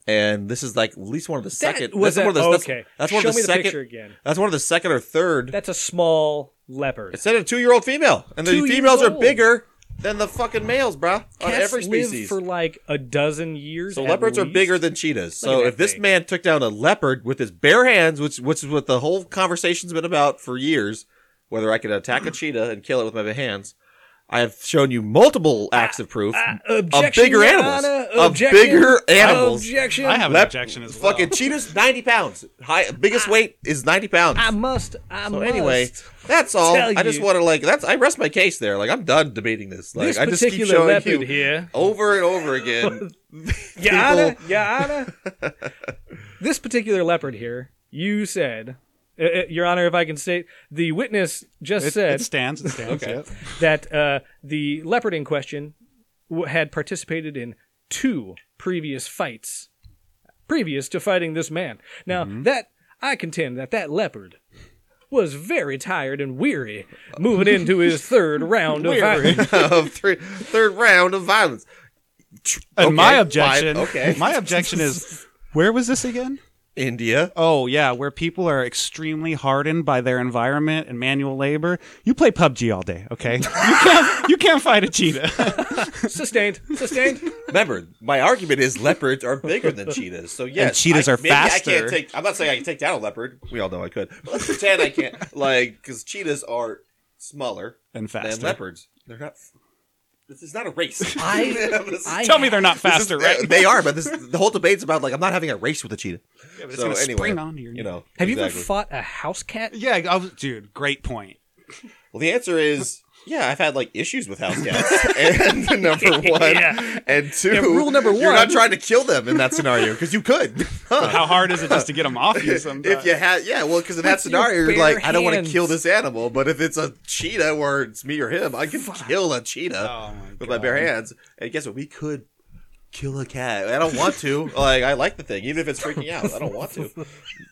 Speaker 4: and this is like at least one of the second.
Speaker 2: That was
Speaker 4: that's
Speaker 2: that,
Speaker 4: one of the, that's-
Speaker 2: okay.
Speaker 4: That's, one
Speaker 2: Show
Speaker 4: of
Speaker 2: me
Speaker 4: the
Speaker 2: the
Speaker 4: second.
Speaker 2: picture again.
Speaker 4: That's one of the second or third.
Speaker 2: That's a small leopard.
Speaker 4: Instead of two-year-old female, and the
Speaker 2: Two years
Speaker 4: females are
Speaker 2: old.
Speaker 4: bigger than the fucking males, bruh, on
Speaker 2: Cats
Speaker 4: every
Speaker 2: live
Speaker 4: species.
Speaker 2: for like a dozen years.
Speaker 4: so
Speaker 2: at
Speaker 4: leopards are
Speaker 2: least.
Speaker 4: bigger than cheetahs.
Speaker 2: Look
Speaker 4: So
Speaker 2: at
Speaker 4: if
Speaker 2: that
Speaker 4: this
Speaker 2: thing.
Speaker 4: man took down a leopard with his bare hands, which which is what the whole conversation's been about for years, whether I could attack a cheetah and kill it with my bare hands, I have shown you multiple acts of proof of
Speaker 2: Uh, Objection,
Speaker 4: bigger
Speaker 2: Your
Speaker 4: animals,
Speaker 2: Honor.
Speaker 4: of
Speaker 2: Objection.
Speaker 4: bigger animals.
Speaker 2: Objection.
Speaker 1: I have an
Speaker 4: Lep-
Speaker 1: objection as well.
Speaker 4: Fucking cheetahs, ninety pounds. High,
Speaker 2: Ah.
Speaker 4: biggest weight is ninety pounds.
Speaker 2: I must. I
Speaker 4: so
Speaker 2: must.
Speaker 4: anyway, that's all.
Speaker 2: tell
Speaker 4: I just
Speaker 2: you-
Speaker 4: want to like that's. I rest my case there. Like I'm done debating this. Like
Speaker 2: this
Speaker 4: I just keep
Speaker 2: particular
Speaker 4: showing
Speaker 2: leopard
Speaker 4: you
Speaker 2: here,
Speaker 4: over and over again.
Speaker 2: Your Honor, Your Honor. this particular leopard here. You said, uh, uh, Your Honor, if I can state, the witness just
Speaker 1: It,
Speaker 2: said
Speaker 1: it stands. It stands. yep.
Speaker 2: that uh, the leopard in question w- had participated in two previous fights previous to fighting this man. Now that I contend that that leopard was very tired and weary moving into his third round of fighting.
Speaker 4: of three, third round of violence.
Speaker 1: And
Speaker 4: Okay,
Speaker 1: my
Speaker 4: fine,
Speaker 1: objection,
Speaker 4: okay.
Speaker 1: my objection is, where was this again?
Speaker 4: India.
Speaker 1: Oh yeah, where people are extremely hardened by their environment and manual labor. You play PUBG all day, okay? You can't, you can't fight a cheetah.
Speaker 2: Sustained. Sustained.
Speaker 4: Remember, my argument is leopards are bigger than cheetahs. So yes,
Speaker 1: cheetahs
Speaker 4: I-
Speaker 1: are
Speaker 4: maybe I
Speaker 1: faster.
Speaker 4: can't take. I'm not saying I can take down a leopard. We all know I could. But let's pretend I can't. Like because cheetahs are smaller
Speaker 1: And
Speaker 4: than
Speaker 1: faster.
Speaker 4: leopards. They're not. This is not a race.
Speaker 2: I- I-
Speaker 1: Tell me they're not
Speaker 4: This is-
Speaker 1: faster, right?
Speaker 4: They are, but this, the whole debate's about like I'm not having a race with a cheetah.
Speaker 1: but it's
Speaker 4: so
Speaker 1: gonna
Speaker 4: anyway,
Speaker 1: spring onto your
Speaker 4: you know.
Speaker 2: Have you ever
Speaker 4: exactly.
Speaker 2: fought a house cat?
Speaker 1: Yeah, I was, dude, great point.
Speaker 4: Well, the answer is yeah. I've had like issues with house cats. and number one,
Speaker 2: Yeah.
Speaker 4: and two,
Speaker 2: rule number
Speaker 4: you're
Speaker 2: one-
Speaker 4: not trying to kill them in that scenario because you could. Huh.
Speaker 1: How hard is it just to get them off you sometimes?
Speaker 4: If you had, yeah, well, because in that
Speaker 2: your
Speaker 4: scenario, you're
Speaker 2: bare
Speaker 4: like, I don't want
Speaker 2: hands.
Speaker 4: to kill this animal, but if it's a cheetah or it's me or him, I can kill a cheetah
Speaker 1: Oh my
Speaker 4: with my bare hands. And guess what? We could kill a cat. I don't want to. like, I like the thing, even if it's freaking out. I don't want to.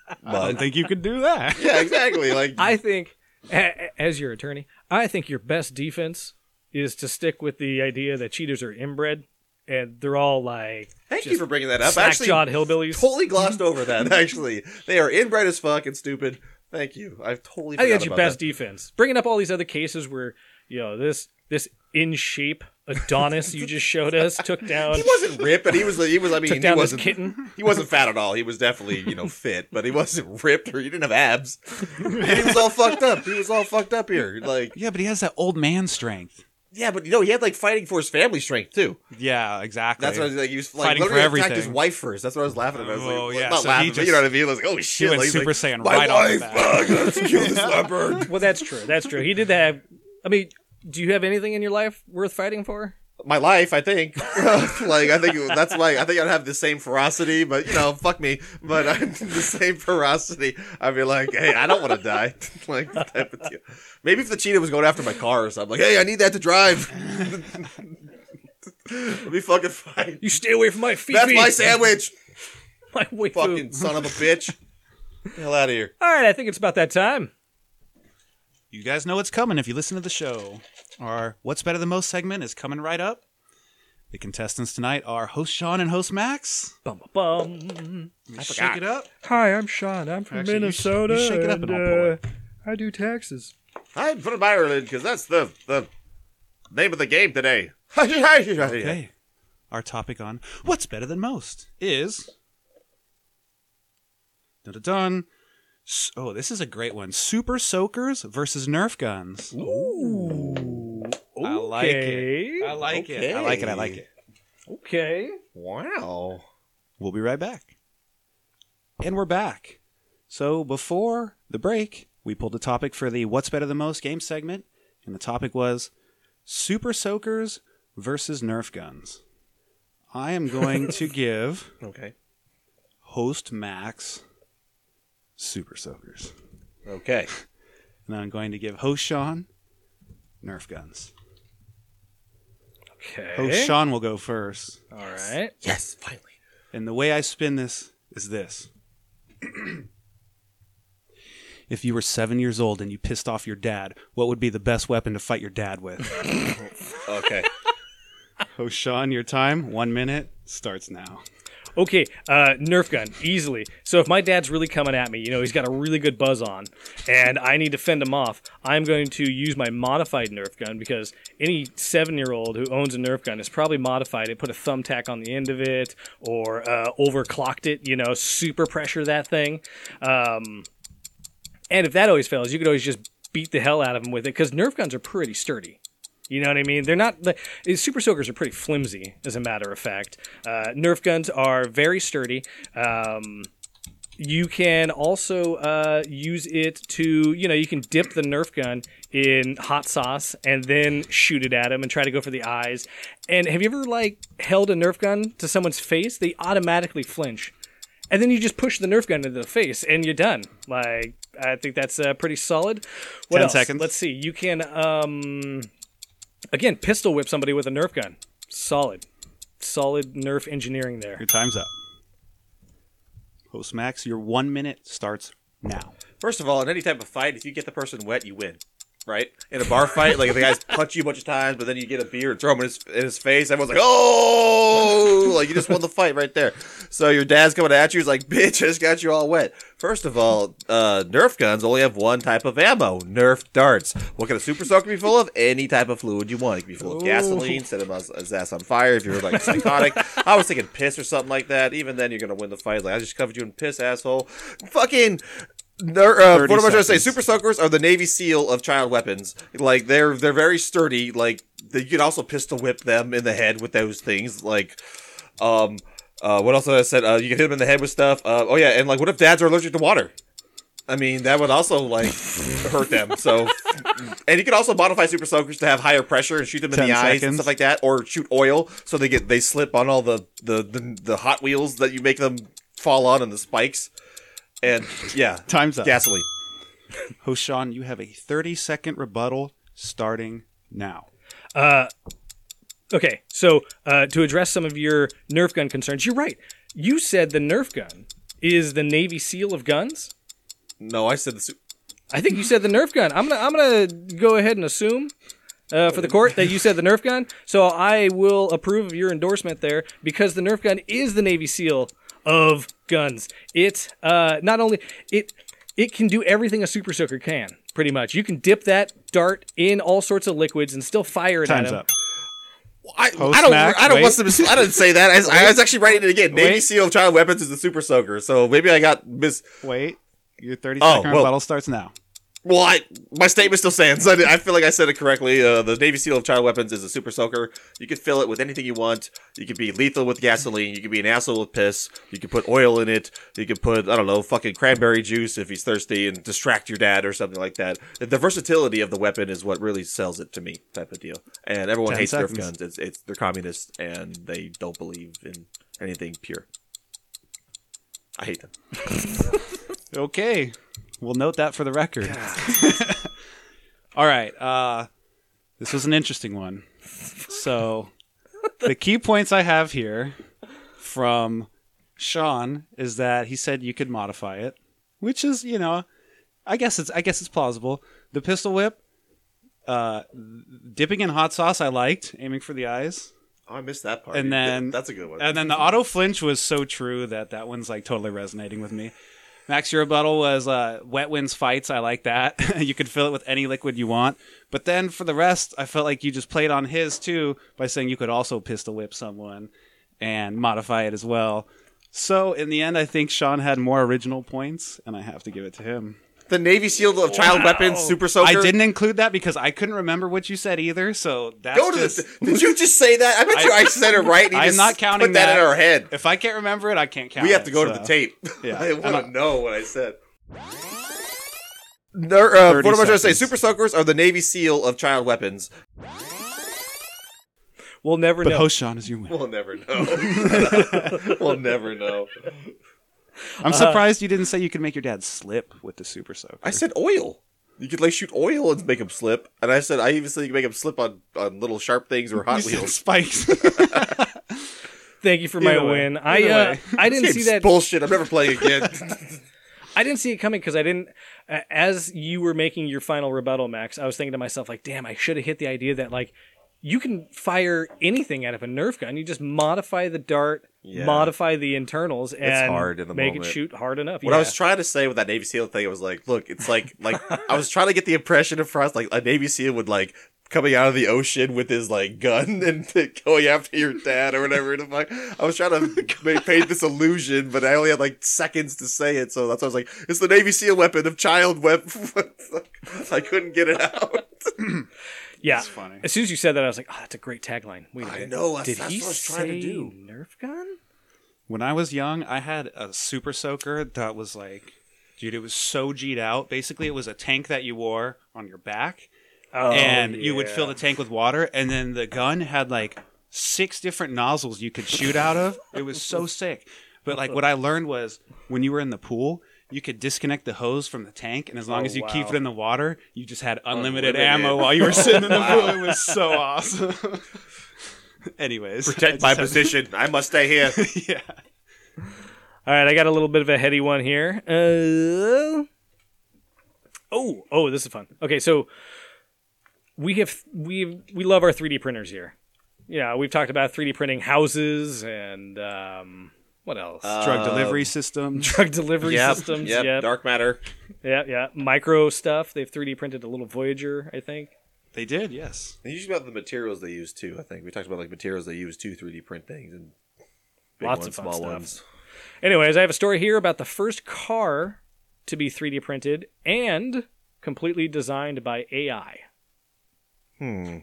Speaker 1: I don't
Speaker 4: But
Speaker 1: think you could do that.
Speaker 4: yeah, exactly. Like,
Speaker 2: I think, a- a- as your attorney, I think your best defense is to stick with the idea that cheaters are inbred and they're all like
Speaker 4: thank you for bringing that up. I
Speaker 2: slack
Speaker 4: Actually,
Speaker 2: jawed hillbillies.
Speaker 4: totally glossed
Speaker 2: Mm-hmm.
Speaker 4: over that. Actually, they are inbred as fuck and stupid. Thank you. I've totally.
Speaker 2: I think
Speaker 4: forgot
Speaker 2: that's your
Speaker 4: about
Speaker 2: best
Speaker 4: that.
Speaker 2: defense. Bringing up all these other cases where you know this this in shape Adonis you just showed us took down
Speaker 4: He wasn't ripped, but he was. He was. I mean,
Speaker 2: took down
Speaker 4: he
Speaker 2: this
Speaker 4: wasn't.
Speaker 2: kitten.
Speaker 4: He wasn't fat at all. He was definitely, you know, fit, but he wasn't ripped or he didn't have abs. And he was all fucked up. He was all fucked up here. Like,
Speaker 1: Yeah, but he has that old man strength.
Speaker 4: yeah, but you know, he had like fighting for his family strength too.
Speaker 1: Yeah, exactly.
Speaker 4: That's what I was like. He was like
Speaker 1: Fighting for
Speaker 4: literally attacked
Speaker 1: everything.
Speaker 4: his wife first. That's what I was laughing at. I was like,
Speaker 1: Oh,
Speaker 4: well,
Speaker 1: yeah,
Speaker 4: not
Speaker 1: so he
Speaker 4: laughing, but
Speaker 1: just-
Speaker 4: you know what I mean? Like, oh shit!
Speaker 1: went
Speaker 4: like, he's
Speaker 1: Super
Speaker 4: like,
Speaker 1: Saiyan
Speaker 4: My
Speaker 1: right off the
Speaker 4: wife,
Speaker 1: bat."
Speaker 4: fuck, let's kill this leopard.
Speaker 2: Well, that's true. That's true. He did have. I mean, do you have anything in your life worth fighting for?
Speaker 4: My life, I think. like, I think it- that's why I think I'd have the same ferocity, but you know, fuck me. But I'm the same ferocity. I'd be like, hey, I don't want to die. like, that type of deal. maybe if the cheetah was going after my car or something, like, hey, I need that to drive. Let me fucking fight.
Speaker 2: You stay away from my feet.
Speaker 4: That's my sandwich.
Speaker 2: My waifu.
Speaker 4: Fucking son of a bitch. Get the Hell out of here.
Speaker 2: All right, I think it's about that time.
Speaker 1: You guys know what's coming if you listen to the show. Our What's Better Than Most segment is coming right up. The contestants tonight are host Sean and host Max.
Speaker 4: Oh,
Speaker 2: Bum bum. bum.
Speaker 1: I shake it up.
Speaker 2: Hi, I'm Sean. I'm from
Speaker 1: Actually, you sh-
Speaker 2: Minnesota.
Speaker 1: you shake it up and I'll pull it.
Speaker 2: uh, I do taxes.
Speaker 4: I'm from Ireland because that's the the name of the game today. okay.
Speaker 1: Okay. Our topic on What's Better Than Most is. Dun dun dun. S- Oh, this is a great one. Super Soakers versus Nerf guns. I like
Speaker 2: Okay.
Speaker 1: it. I like it. I like it. I like it.
Speaker 2: Okay.
Speaker 4: Wow.
Speaker 1: We'll be right back. And we're back. So before the break, we pulled a topic for the What's Better Than Most game segment, and the topic was Super Soakers versus Nerf guns. I am going to give
Speaker 4: Okay.
Speaker 1: host Max Super Soakers.
Speaker 4: Okay.
Speaker 1: And I'm going to give host Sean Nerf guns.
Speaker 2: Okay.
Speaker 1: Host Sean will go first.
Speaker 2: All right.
Speaker 4: Yes, finally.
Speaker 1: And the way I spin this is this. if you were seven years old and you pissed off your dad, what would be the best weapon to fight your dad with?
Speaker 4: Okay.
Speaker 1: oh, Sean, your time, one minute, starts now.
Speaker 2: Okay, uh, Nerf gun, easily. So if my dad's really coming at me, you know, he's got a really good buzz on, and I need to fend him off, I'm going to use my modified Nerf gun because any seven year old who owns a Nerf gun has probably modified it, put a thumbtack on the end of it, or uh, overclocked it, you know, super pressure that thing. Um, and if that always fails, you could always just beat the hell out of them with it because Nerf guns are pretty sturdy. You know what I mean? They're not. The, eh, super soakers are pretty flimsy, as a matter of fact. Uh, Nerf guns are very sturdy. Um, you can also uh, use it to, you know, you can dip the Nerf gun in hot sauce and then shoot it at them and try to go for the eyes. And have you ever like held a Nerf gun to someone's face? They automatically flinch, and then you just push the Nerf gun into the face, and you're done. Like I think that's uh, pretty solid. What
Speaker 1: 10
Speaker 2: else?
Speaker 1: seconds.
Speaker 2: Let's see. You can, um, again, pistol whip somebody with a Nerf gun. Solid, solid Nerf engineering there.
Speaker 1: Your time's up. Host Max, your one minute starts now.
Speaker 4: First of all, in any type of fight, if you get the person wet, you win. right? In a bar fight, like the guys punch you a bunch of times, but then you get a beer and throw him in his, in his face. Everyone's like, "Oh!" Like you just won the fight right there. So your dad's coming at you. He's like, "Bitch, I just got you all wet." First of all, uh, Nerf guns only have one type of ammo: Nerf darts. What can a super soaker be full of? Any type of fluid you want. It can be full of gasoline, set him as- his ass on fire if you're like psychotic. I was thinking piss or something like that. Even then, you're gonna win the fight. Like I just covered you in piss, asshole. Fucking Ner- uh, what am I trying to say?
Speaker 3: seconds.
Speaker 4: Super Soakers are the Navy SEAL of child weapons. Like they're they're very sturdy. Like the, you can also pistol whip them in the head with those things. Like, um, uh, what else did I said? Uh, you can hit them in the head with stuff. Uh, oh yeah, and like, what if dads are allergic to water? I mean, that would also like hurt them. So, and you can also modify Super Soakers to have higher pressure and shoot them in
Speaker 1: Ten
Speaker 4: the eyes and
Speaker 1: seconds.
Speaker 4: stuff like that, or shoot oil so they get they slip on all the the the, the Hot Wheels that you make them fall on and the spikes. And yeah,
Speaker 1: Time's up.
Speaker 4: gasoline.
Speaker 1: Hoshan, you have a 30 second rebuttal starting now.
Speaker 2: Okay, so uh, to address some of your Nerf gun concerns, you're right. You said the Nerf gun is the Navy SEAL of guns.
Speaker 4: No, I said the. Su-
Speaker 2: I think you said the Nerf gun. I'm gonna I'm gonna go ahead and assume uh, for the court that you said the Nerf gun. So I will approve of your endorsement there because the Nerf gun is the Navy SEAL of guns. It uh, not only it it can do everything a super soaker can. Pretty much, you can dip that dart in all sorts of liquids and still fire it
Speaker 1: Time's
Speaker 2: at him.
Speaker 1: up.
Speaker 4: I,
Speaker 1: Post
Speaker 4: I don't.
Speaker 1: Mac,
Speaker 4: I don't want
Speaker 1: wait.
Speaker 4: them. to- I didn't say that. I, was- I was actually writing it again. Navy
Speaker 2: Wait.
Speaker 4: SEAL of child weapons is the super soaker. So maybe I got mis.
Speaker 1: Wait. Your 30
Speaker 4: Oh,
Speaker 1: second
Speaker 4: well-
Speaker 1: rebuttal starts now.
Speaker 4: Well, I, my statement still stands. I, I feel like I said it correctly. Uh, the Navy SEAL of child weapons is a super soaker. You can fill it with anything you want. You can be lethal with gasoline. You can be an asshole with piss. You can put oil in it. You can put I don't know fucking cranberry juice if he's thirsty and distract your dad or something like that. The versatility of the weapon is what really sells it to me, type of deal. And everyone
Speaker 1: Ten
Speaker 4: hates Nerf
Speaker 1: seconds.
Speaker 4: guns. It's, it's they're communists and they don't believe in anything pure. I hate them.
Speaker 1: Okay. We'll note that for the record. All right. Uh, this was an interesting one. So, the key points I have here from Sean is that he said you could modify it, which is, you know, I guess it's I guess it's plausible. The pistol whip, uh, dipping in hot sauce, I liked aiming for the eyes.
Speaker 4: Oh, I missed that part.
Speaker 1: and
Speaker 4: You did-
Speaker 1: then
Speaker 4: that's a good one.
Speaker 1: And then the auto flinch was so true that that one's like totally resonating with me. Max, your rebuttal was uh, wet wins fights. I like that. you could fill it with any liquid you want. But then for the rest, I felt like you just played on his too by saying you could also pistol whip someone and modify it as well. So in the end, I think Sean had more original points, and I have to give it to him.
Speaker 4: the Navy SEAL of child weapons super soaker.
Speaker 1: I didn't include that because I couldn't remember what you said either. So that's
Speaker 4: Go to
Speaker 1: just,
Speaker 4: the. Did you just say that? I bet you I said it right. And you
Speaker 1: I'm
Speaker 4: just
Speaker 1: not counting
Speaker 4: Put that, in our head.
Speaker 1: If I can't remember it, I can't count.
Speaker 4: We have
Speaker 1: it,
Speaker 4: to go to
Speaker 1: so.
Speaker 4: the tape.
Speaker 1: Yeah.
Speaker 4: I
Speaker 1: I'm
Speaker 4: want
Speaker 1: not-
Speaker 4: to know what I said. Ner- uh, what am I trying to say?
Speaker 1: seconds.
Speaker 4: Super soakers are the Navy SEAL of child weapons.
Speaker 2: We'll never
Speaker 1: But
Speaker 2: know.
Speaker 1: Hoshan is your winner.
Speaker 4: We'll never know. we'll never know.
Speaker 1: I'm surprised you didn't say you could make your dad slip with the super soaker.
Speaker 4: I said oil. You could like shoot oil and make him slip. And I said I even said you could make him slip on, on little sharp things or Hot
Speaker 1: You said
Speaker 4: Wheels.
Speaker 1: spikes.
Speaker 2: Thank you for my
Speaker 1: Either way.
Speaker 2: win. I
Speaker 1: Either
Speaker 2: uh,
Speaker 1: way.
Speaker 2: I didn't see
Speaker 4: Game's
Speaker 2: that.
Speaker 4: bullshit. I'm never playing again.
Speaker 2: I didn't see it coming because I didn't. Uh, as you were making your final rebuttal, Max, I was thinking to myself, like, damn, I should have hit the idea that like you can fire anything out of a Nerf gun. You just modify the dart,
Speaker 4: Yeah.
Speaker 2: modify the internals, and
Speaker 4: hard in the
Speaker 2: make it
Speaker 4: moment.
Speaker 2: shoot hard enough.
Speaker 4: What I
Speaker 2: Yeah.
Speaker 4: was trying to say with that Navy SEAL thing, it was like, look, it's like, like I was trying to get the impression across, like a Navy SEAL would like coming out of the ocean with his like gun and going after your dad or whatever the fuck. I was trying to ma- paint this illusion, but I only had like seconds to say it, so that's why I was like, it's the Navy SEAL weapon of child weapon. I couldn't get it out.
Speaker 2: yeah.
Speaker 1: That's funny.
Speaker 2: As soon as you said that, I was like, oh, that's a great tagline. Wait a minute.
Speaker 4: know, that's-
Speaker 2: Did
Speaker 4: that's
Speaker 2: he
Speaker 4: what I was trying
Speaker 2: say
Speaker 4: to do.
Speaker 2: Nerf gun?
Speaker 1: when I was young, I had a super soaker that was like, dude, it was so G'd out. Basically, it was a tank that you wore on your back,
Speaker 2: Oh,
Speaker 1: and you would fill the tank with water, and then the gun had like six different nozzles you could shoot out of. It was so sick. But like what I learned was when you were in the pool, you could disconnect the hose from the tank, and as long
Speaker 2: Oh,
Speaker 1: as you keep
Speaker 2: wow.
Speaker 1: it in the water, you just had unlimited,
Speaker 4: Unlimited.
Speaker 1: ammo while you were sitting in the pool. It was so awesome. Anyways,
Speaker 4: Protect
Speaker 1: I
Speaker 4: my
Speaker 1: just have-
Speaker 4: position. I must stay here.
Speaker 1: yeah.
Speaker 2: All right, I got a little bit of a heady one here. Uh, oh, oh, this is fun. Okay, so we have we we love our 3D printers here. Yeah, we've talked about 3D printing houses and um, what else?
Speaker 1: Drug delivery system.
Speaker 2: Drug delivery
Speaker 4: Uh, Yep,
Speaker 2: systems.
Speaker 4: yep,
Speaker 2: Yep.
Speaker 4: Dark matter.
Speaker 2: Yeah, yeah. Micro stuff. They've 3D printed a little Voyager, I think.
Speaker 1: They did, yes.
Speaker 4: And usually about the materials they use too. I think we talked about like materials they use to 3D print things and big
Speaker 2: Lots
Speaker 4: ones,
Speaker 2: of fun
Speaker 4: small
Speaker 2: stuff.
Speaker 4: ones.
Speaker 2: Anyways, I have a story here about the first car to be 3D printed and completely designed by AI.
Speaker 4: Hmm.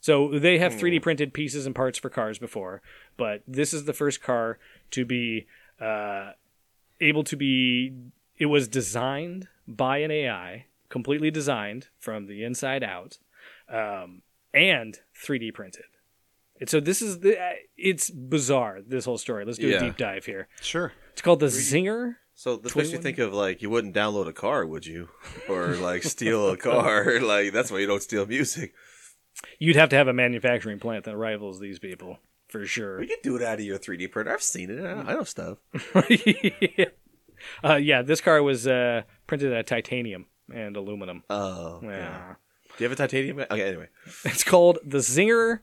Speaker 2: So they have 3D printed pieces and parts for cars before, but this is the first car to be uh, able to be. It was designed by an AI, completely designed from the inside out, um, and 3D printed. And so this is the. uh, It's bizarre. This whole story. Let's do
Speaker 4: Yeah.
Speaker 2: a deep dive here.
Speaker 1: Sure.
Speaker 2: It's called the Zinger.
Speaker 4: So this makes you
Speaker 2: 21?
Speaker 4: think of like you wouldn't download a car, would you? Or like steal a car? like that's why you don't steal music.
Speaker 2: You'd have to have a manufacturing plant that rivals these people for sure.
Speaker 4: We could do it out of your 3D printer. I've seen it. I I know stuff.
Speaker 2: uh, yeah, this car was uh, printed out of titanium and aluminum.
Speaker 4: Oh,
Speaker 2: Yeah.
Speaker 4: yeah. Do you have a titanium? Okay, anyway.
Speaker 2: It's called the Zinger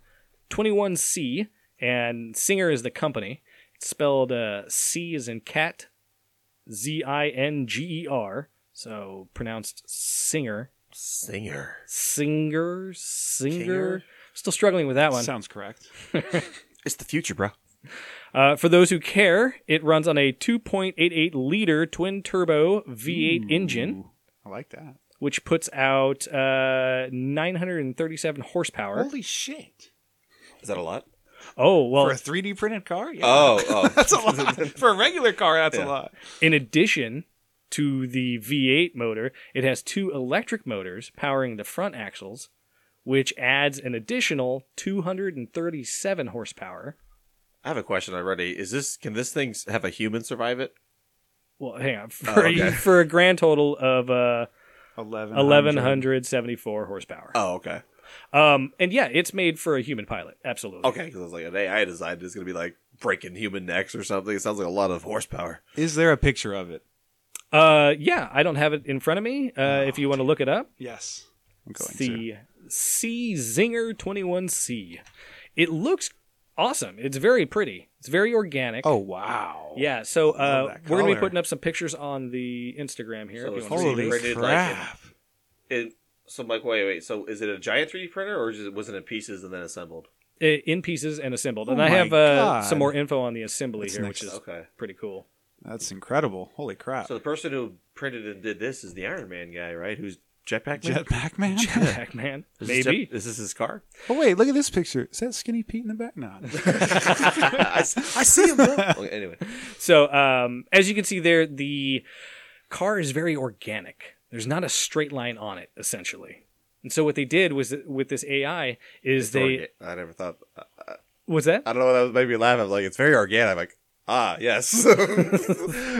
Speaker 2: 21C, and Singer is the company. It's spelled uh, C is in cat, Z I N G E R, so pronounced Singer.
Speaker 4: Singer.
Speaker 2: Singer, Singer.
Speaker 4: Singer?
Speaker 2: Still struggling with that one.
Speaker 1: Sounds correct.
Speaker 4: It's the future, bro.
Speaker 2: Uh, for those who care, it runs on a 2.88 liter twin turbo
Speaker 1: Hmm.
Speaker 2: V8 engine,
Speaker 1: I like that.
Speaker 2: which puts out uh, 937 horsepower.
Speaker 1: Holy shit.
Speaker 4: Is that a lot?
Speaker 2: oh,
Speaker 1: Oh. For
Speaker 2: well,
Speaker 1: a 3D printed car? Yeah.
Speaker 4: Oh, oh.
Speaker 1: that's a lot. For a regular car, that's
Speaker 4: Yeah.
Speaker 1: a lot.
Speaker 2: in addition to the V8 motor, it has two electric motors powering the front axles, which adds an additional 237 horsepower.
Speaker 4: I have a question already. Is this can this thing have a human survive it?
Speaker 2: Well, hang
Speaker 1: Oh,
Speaker 2: on. For, a-
Speaker 4: okay.
Speaker 2: for a grand total of uh,
Speaker 1: 1100.
Speaker 2: 1,174 horsepower.
Speaker 4: Oh, okay.
Speaker 2: Um, and yeah, it's made for a human pilot. Absolutely.
Speaker 4: Okay, because I was like, an AI designed it's gonna be like breaking human necks or something. It sounds like a lot of horsepower.
Speaker 1: Is there a picture of it?
Speaker 2: Uh, yeah, I don't have it in front of me. Uh, if you want to look it up,
Speaker 1: Yes. I'm
Speaker 2: it's
Speaker 1: Oh, going to.
Speaker 2: the C Zinger 21C. It looks awesome. It's very pretty. It's very organic.
Speaker 1: Oh, wow.
Speaker 2: Yeah, so
Speaker 1: love
Speaker 2: uh,
Speaker 1: that
Speaker 2: we're gonna be
Speaker 1: color.
Speaker 2: putting up some pictures on the Instagram here.
Speaker 4: So
Speaker 2: if you
Speaker 4: it's
Speaker 2: want to see
Speaker 1: Holy
Speaker 2: these.
Speaker 4: Rated like
Speaker 1: crap.
Speaker 4: It, so I'm like, wait, wait. So is it a giant 3D printer or just, was it in pieces and then assembled?
Speaker 2: I- in pieces and assembled. And
Speaker 1: Oh
Speaker 2: I
Speaker 1: my
Speaker 2: have uh,
Speaker 1: God.
Speaker 2: some more info on the assembly
Speaker 1: That's
Speaker 2: here,
Speaker 1: next
Speaker 2: which is
Speaker 1: up.
Speaker 4: Okay.
Speaker 2: pretty cool.
Speaker 1: That's incredible. Holy crap.
Speaker 4: So the person who printed and did this is the Iron Man guy, right? Who's Jetpack Man?
Speaker 1: Jetpack man?
Speaker 2: Pac-Man,
Speaker 4: Is this
Speaker 2: maybe.
Speaker 4: Jet- is this his car?
Speaker 1: Oh, wait, look at this picture. Is that Skinny Pete in the back? No.
Speaker 4: I, s- I see him. Bro. Okay, anyway,
Speaker 2: So, um, as you can see there, the car is very organic. There's not a straight line on it, essentially. And so, what they did was with this AI is they
Speaker 4: I never thought.
Speaker 2: was that
Speaker 4: I don't know. That made me laugh. I'm like, it's very organic. I'm like, ah, yes.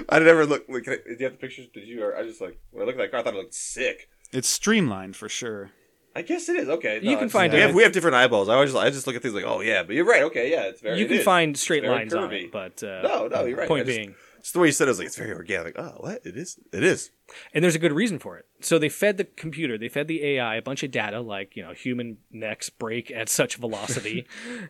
Speaker 4: I never look. Like, do you have the pictures? Did you? Or I just like when I look at that car, I thought it looked sick.
Speaker 1: it's streamlined for sure.
Speaker 4: I guess it is okay.
Speaker 2: You can
Speaker 4: it's-
Speaker 2: find
Speaker 4: we
Speaker 2: it.
Speaker 4: Have, we have different eyeballs. I always, I just look at things like, oh yeah, but you're right. Okay, yeah, it's very.
Speaker 2: you
Speaker 4: it
Speaker 2: can
Speaker 4: is.
Speaker 2: find straight
Speaker 4: It's very
Speaker 2: lines on
Speaker 4: curvy.
Speaker 2: it, but uh,
Speaker 4: No, no, you're right.
Speaker 2: Point
Speaker 4: I just-
Speaker 2: being,
Speaker 4: It's the way you said it. I was like, it's very organic. Oh, what? It is. It is.
Speaker 2: and there's a good reason for it. So they fed the computer, they fed the AI a bunch of data, like you know, human necks break at such velocity.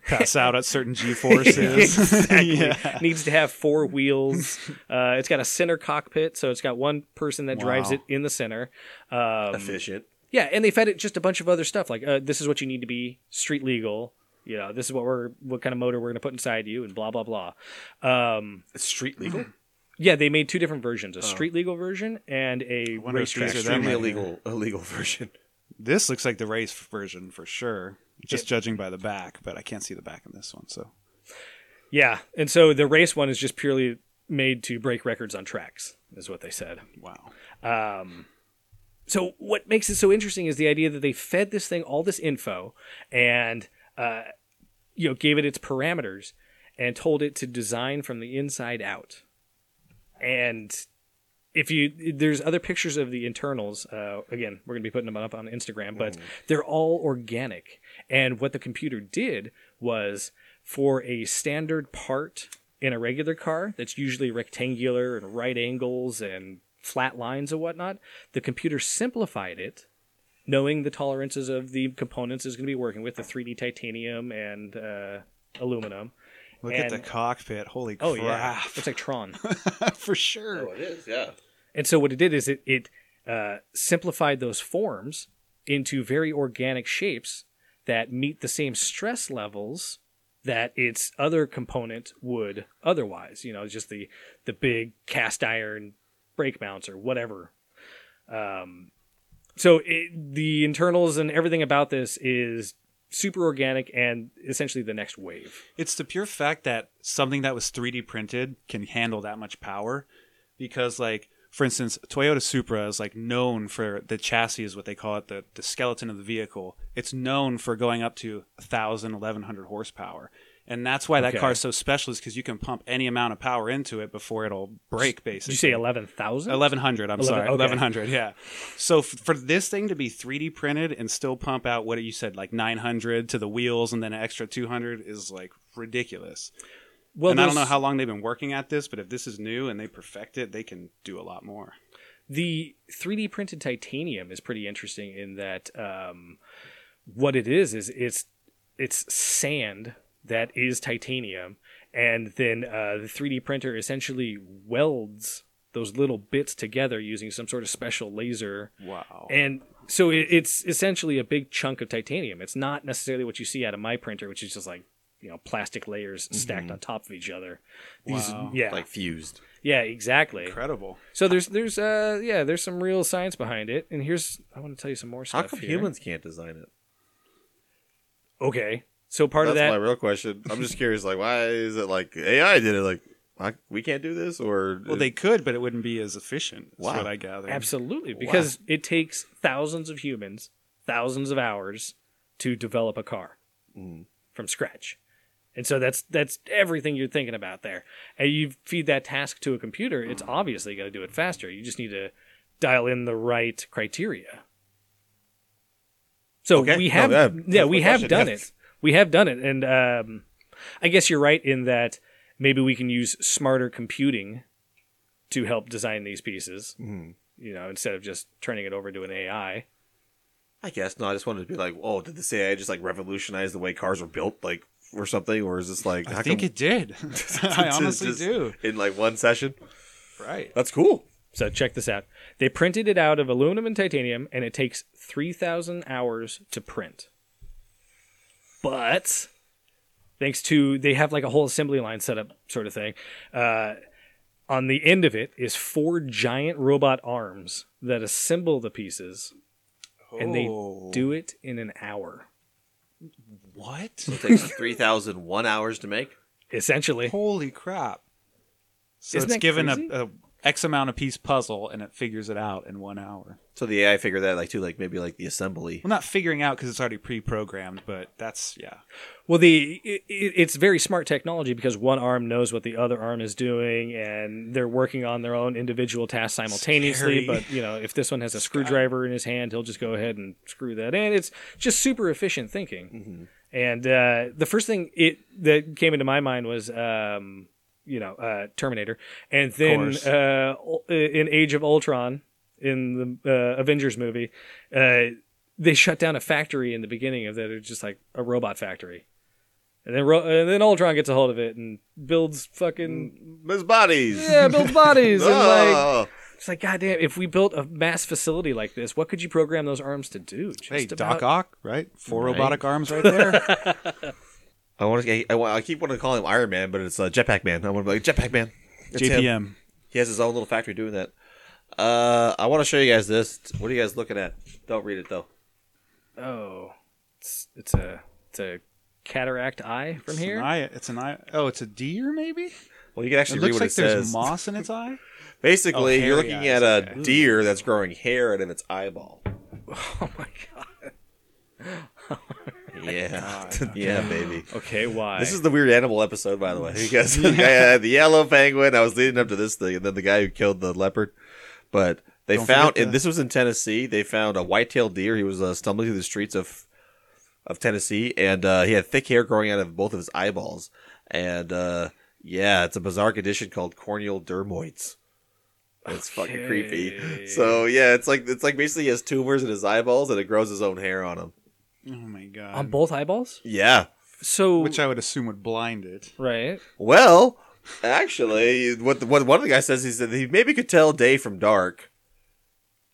Speaker 1: Pass out at certain G forces.
Speaker 2: exactly. Needs to have four wheels. Uh, it's got a center cockpit, so it's got one person that drives
Speaker 1: Wow.
Speaker 2: it in the center. Um,
Speaker 4: Efficient.
Speaker 2: Yeah, and they fed it just a bunch of other stuff like uh, this is what you need to be street legal. You know, this is what we're what kind of motor we're going to put inside you, and blah blah blah. Um,
Speaker 4: It's street legal.
Speaker 2: yeah, they made two different
Speaker 1: Oh.
Speaker 2: versions: a street legal version and a
Speaker 1: wonder if
Speaker 2: racetrack.
Speaker 1: these are
Speaker 2: version.
Speaker 1: them.
Speaker 4: Extremely
Speaker 1: might-
Speaker 4: illegal, illegal version.
Speaker 1: this looks like the race version for sure. Just judging by the back, but I can't see the back in this one. So
Speaker 2: Yeah, and so the race one is just purely made to break records on tracks, is what they said.
Speaker 1: wow,
Speaker 2: so what makes it so interesting is the idea that they fed this thing all this info and uh, you know gave it its parameters and told it to design from the inside out and if you there's other pictures of the internals uh, again we're going to be putting them up on instagram but they're all organic and what the computer did was for a standard part in a regular car that's usually rectangular and right angles and flat lines and whatnot the computer simplified it knowing the tolerances of the components is going to be working with the 3D titanium and uh, aluminum.
Speaker 1: Look at
Speaker 2: And-
Speaker 1: the cockpit. Holy crap.
Speaker 2: Oh yeah, it's Oh. like Tron.
Speaker 1: For sure.
Speaker 4: Oh, it is, yeah.
Speaker 2: and so what it did is it it uh, simplified those forms into very organic shapes that meet the same stress levels that its other component would otherwise. You know, just the the big cast iron brake mounts or whatever. Um, so it, the internals and everything about this is super organic and essentially the next wave.
Speaker 1: It's the pure fact that something that was 3D printed can handle that much power because like for instance, Toyota Supra is like known for the chassis is what they call it, the, the skeleton of the vehicle. It's known for going up to 1000 1100 horsepower. And that's why that
Speaker 2: Okay.
Speaker 1: car is so special is cuz you can pump any amount of power into it before it'll break
Speaker 2: Did
Speaker 1: basically.
Speaker 2: you say eleven thousand?
Speaker 1: 1100 i'm sorry
Speaker 2: okay.
Speaker 1: 1100 yeah so f- for this thing to be 3d printed and still pump out what you said like 900 to the wheels and then an extra 200 is like ridiculous
Speaker 2: Well,
Speaker 1: and i don't
Speaker 2: there's-
Speaker 1: know how long they've been working at this but if this is new and they perfect it they can do a lot more
Speaker 2: the 3D printed titanium is pretty interesting in that um, what it is is it's it's sand that is titanium, and then uh, the 3D printer essentially welds those little bits together using some sort of special laser.
Speaker 1: wow
Speaker 2: And so it, it's essentially a big chunk of titanium. It's not necessarily what you see out of my printer, which is just like you know plastic layers stacked on top of each other. These,
Speaker 1: Wow.
Speaker 2: yeah,
Speaker 4: Like fused.
Speaker 2: yeah, exactly.
Speaker 1: incredible
Speaker 2: So there's there's uh yeah there's some real science behind it, and here's I want to tell you some more
Speaker 4: How
Speaker 2: stuff.
Speaker 4: come
Speaker 2: here.
Speaker 4: humans can't design it?
Speaker 2: Okay, so part
Speaker 4: That's my
Speaker 2: of that
Speaker 4: real question. I'm just curious, like, why is it like AI did it? Like, why- we can't do this, or
Speaker 1: well they could but it wouldn't be as efficient is
Speaker 4: Wow.
Speaker 1: what i gather
Speaker 2: absolutely because it takes thousands of humans, thousands of hours to develop a car
Speaker 4: Mm.
Speaker 2: from scratch, and so that's that's everything you're thinking about there. And you feed that task to a computer, it's obviously going to do it faster. You just need to dial in the right criteria. So
Speaker 4: Okay.
Speaker 2: we
Speaker 4: No,
Speaker 2: have
Speaker 4: that-
Speaker 2: yeah
Speaker 4: that's
Speaker 2: we
Speaker 4: my
Speaker 2: have
Speaker 4: question,
Speaker 2: done
Speaker 4: yeah.
Speaker 2: it we have done it and um, I guess you're right in that maybe we can use smarter computing to help design these pieces.
Speaker 4: Mm-hmm.
Speaker 2: You know, instead of just turning it over to an AI.
Speaker 4: I guess no. I just wanted to be like, oh, did this AI just like revolutionize the way cars were built, like, or something, or is this like?
Speaker 1: i think it did i honestly do
Speaker 4: in like one session.
Speaker 1: right
Speaker 4: That's cool.
Speaker 2: So check this out. They printed it out of aluminum and titanium, and it takes three thousand hours to print. But thanks to they have like a whole assembly line set up, sort of thing. Uh, on the end of it is four giant robot arms that assemble the pieces, and they
Speaker 1: Oh.
Speaker 2: do it in an hour,
Speaker 1: what
Speaker 4: It takes three thousand one hours to make.
Speaker 2: essentially.
Speaker 1: holy crap so
Speaker 2: Isn't
Speaker 1: it's
Speaker 2: that
Speaker 1: given
Speaker 2: crazy?
Speaker 1: a, a x amount of piece puzzle and it figures it out in one hour
Speaker 4: So the AI figured that like too, like maybe like the assembly.
Speaker 1: Well, not figuring out because it's already pre-programmed, but that's yeah.
Speaker 2: Well, the i i- it's very smart technology because one arm knows what the other arm is doing, and they're working on their own individual tasks simultaneously.
Speaker 1: Scary.
Speaker 2: But you know, if this one has a screwdriver in his hand, he'll just go ahead and screw that in. It's just super efficient thinking. And uh, the first thing it that came into my mind was. Um, you know, uh, Terminator, and then
Speaker 1: course.
Speaker 2: uh, Ul- in Age of Ultron, in the uh, Avengers movie, uh, they shut down a factory in the beginning of that. It's just like a robot factory, and then Ro- and then Ultron gets a hold of it and builds
Speaker 1: Mm.
Speaker 2: fucking
Speaker 4: There's bodies.
Speaker 2: yeah, builds bodies and like
Speaker 4: Oh.
Speaker 2: it's like goddamn. If we built a mass facility like this, what could you program those arms to do? Just
Speaker 1: Hey,
Speaker 2: about-
Speaker 1: Doc Ock, right? Four
Speaker 4: Right.
Speaker 1: robotic arms right there.
Speaker 4: I want to. I, I, wa- I keep wanting to call him Iron Man, but it's uh, Jetpack Man. I want to be like Jetpack Man. It's him.
Speaker 1: JPM.
Speaker 4: He has his own little factory doing that. Uh, I want to show you guys this. What are you guys looking at? Don't read it though.
Speaker 2: oh, it's it's a it's a cataract eye from
Speaker 1: It's
Speaker 2: here.
Speaker 1: an eye. It's an eye. Oh, it's a deer, maybe.
Speaker 4: Well, you can
Speaker 1: It
Speaker 4: actually read
Speaker 1: looks
Speaker 4: what
Speaker 1: like
Speaker 4: it
Speaker 1: there's
Speaker 4: says.
Speaker 1: moss in its eye.
Speaker 4: Basically,
Speaker 1: Oh, hairy
Speaker 4: you're looking
Speaker 1: eyes,
Speaker 4: at a
Speaker 1: okay.
Speaker 4: deer that's growing hair out of its eyeball.
Speaker 2: Oh my god.
Speaker 4: Yeah,
Speaker 1: Oh
Speaker 4: yeah, baby.
Speaker 2: Okay, why?
Speaker 4: This is the weird animal episode, by the way, because the guy had the yellow penguin. I was leading up to this thing, and then the guy who killed the leopard. But they
Speaker 1: Don't
Speaker 4: found,
Speaker 1: forget
Speaker 4: and
Speaker 1: the-
Speaker 4: this was in Tennessee. They found a white-tailed deer. He was uh, stumbling through the streets of of Tennessee, and uh, he had thick hair growing out of both of his eyeballs. And uh, yeah, it's a bizarre condition called corneal dermoids. It's fucking creepy. So yeah, it's like it's like basically he has tumors in his eyeballs and it grows his own hair on him.
Speaker 1: Oh my god.
Speaker 2: on both eyeballs.
Speaker 4: Yeah.
Speaker 2: So
Speaker 1: Which I would assume would blind it.
Speaker 2: right.
Speaker 4: Well, actually, what the, what one of the guys says is that he maybe could tell day from dark,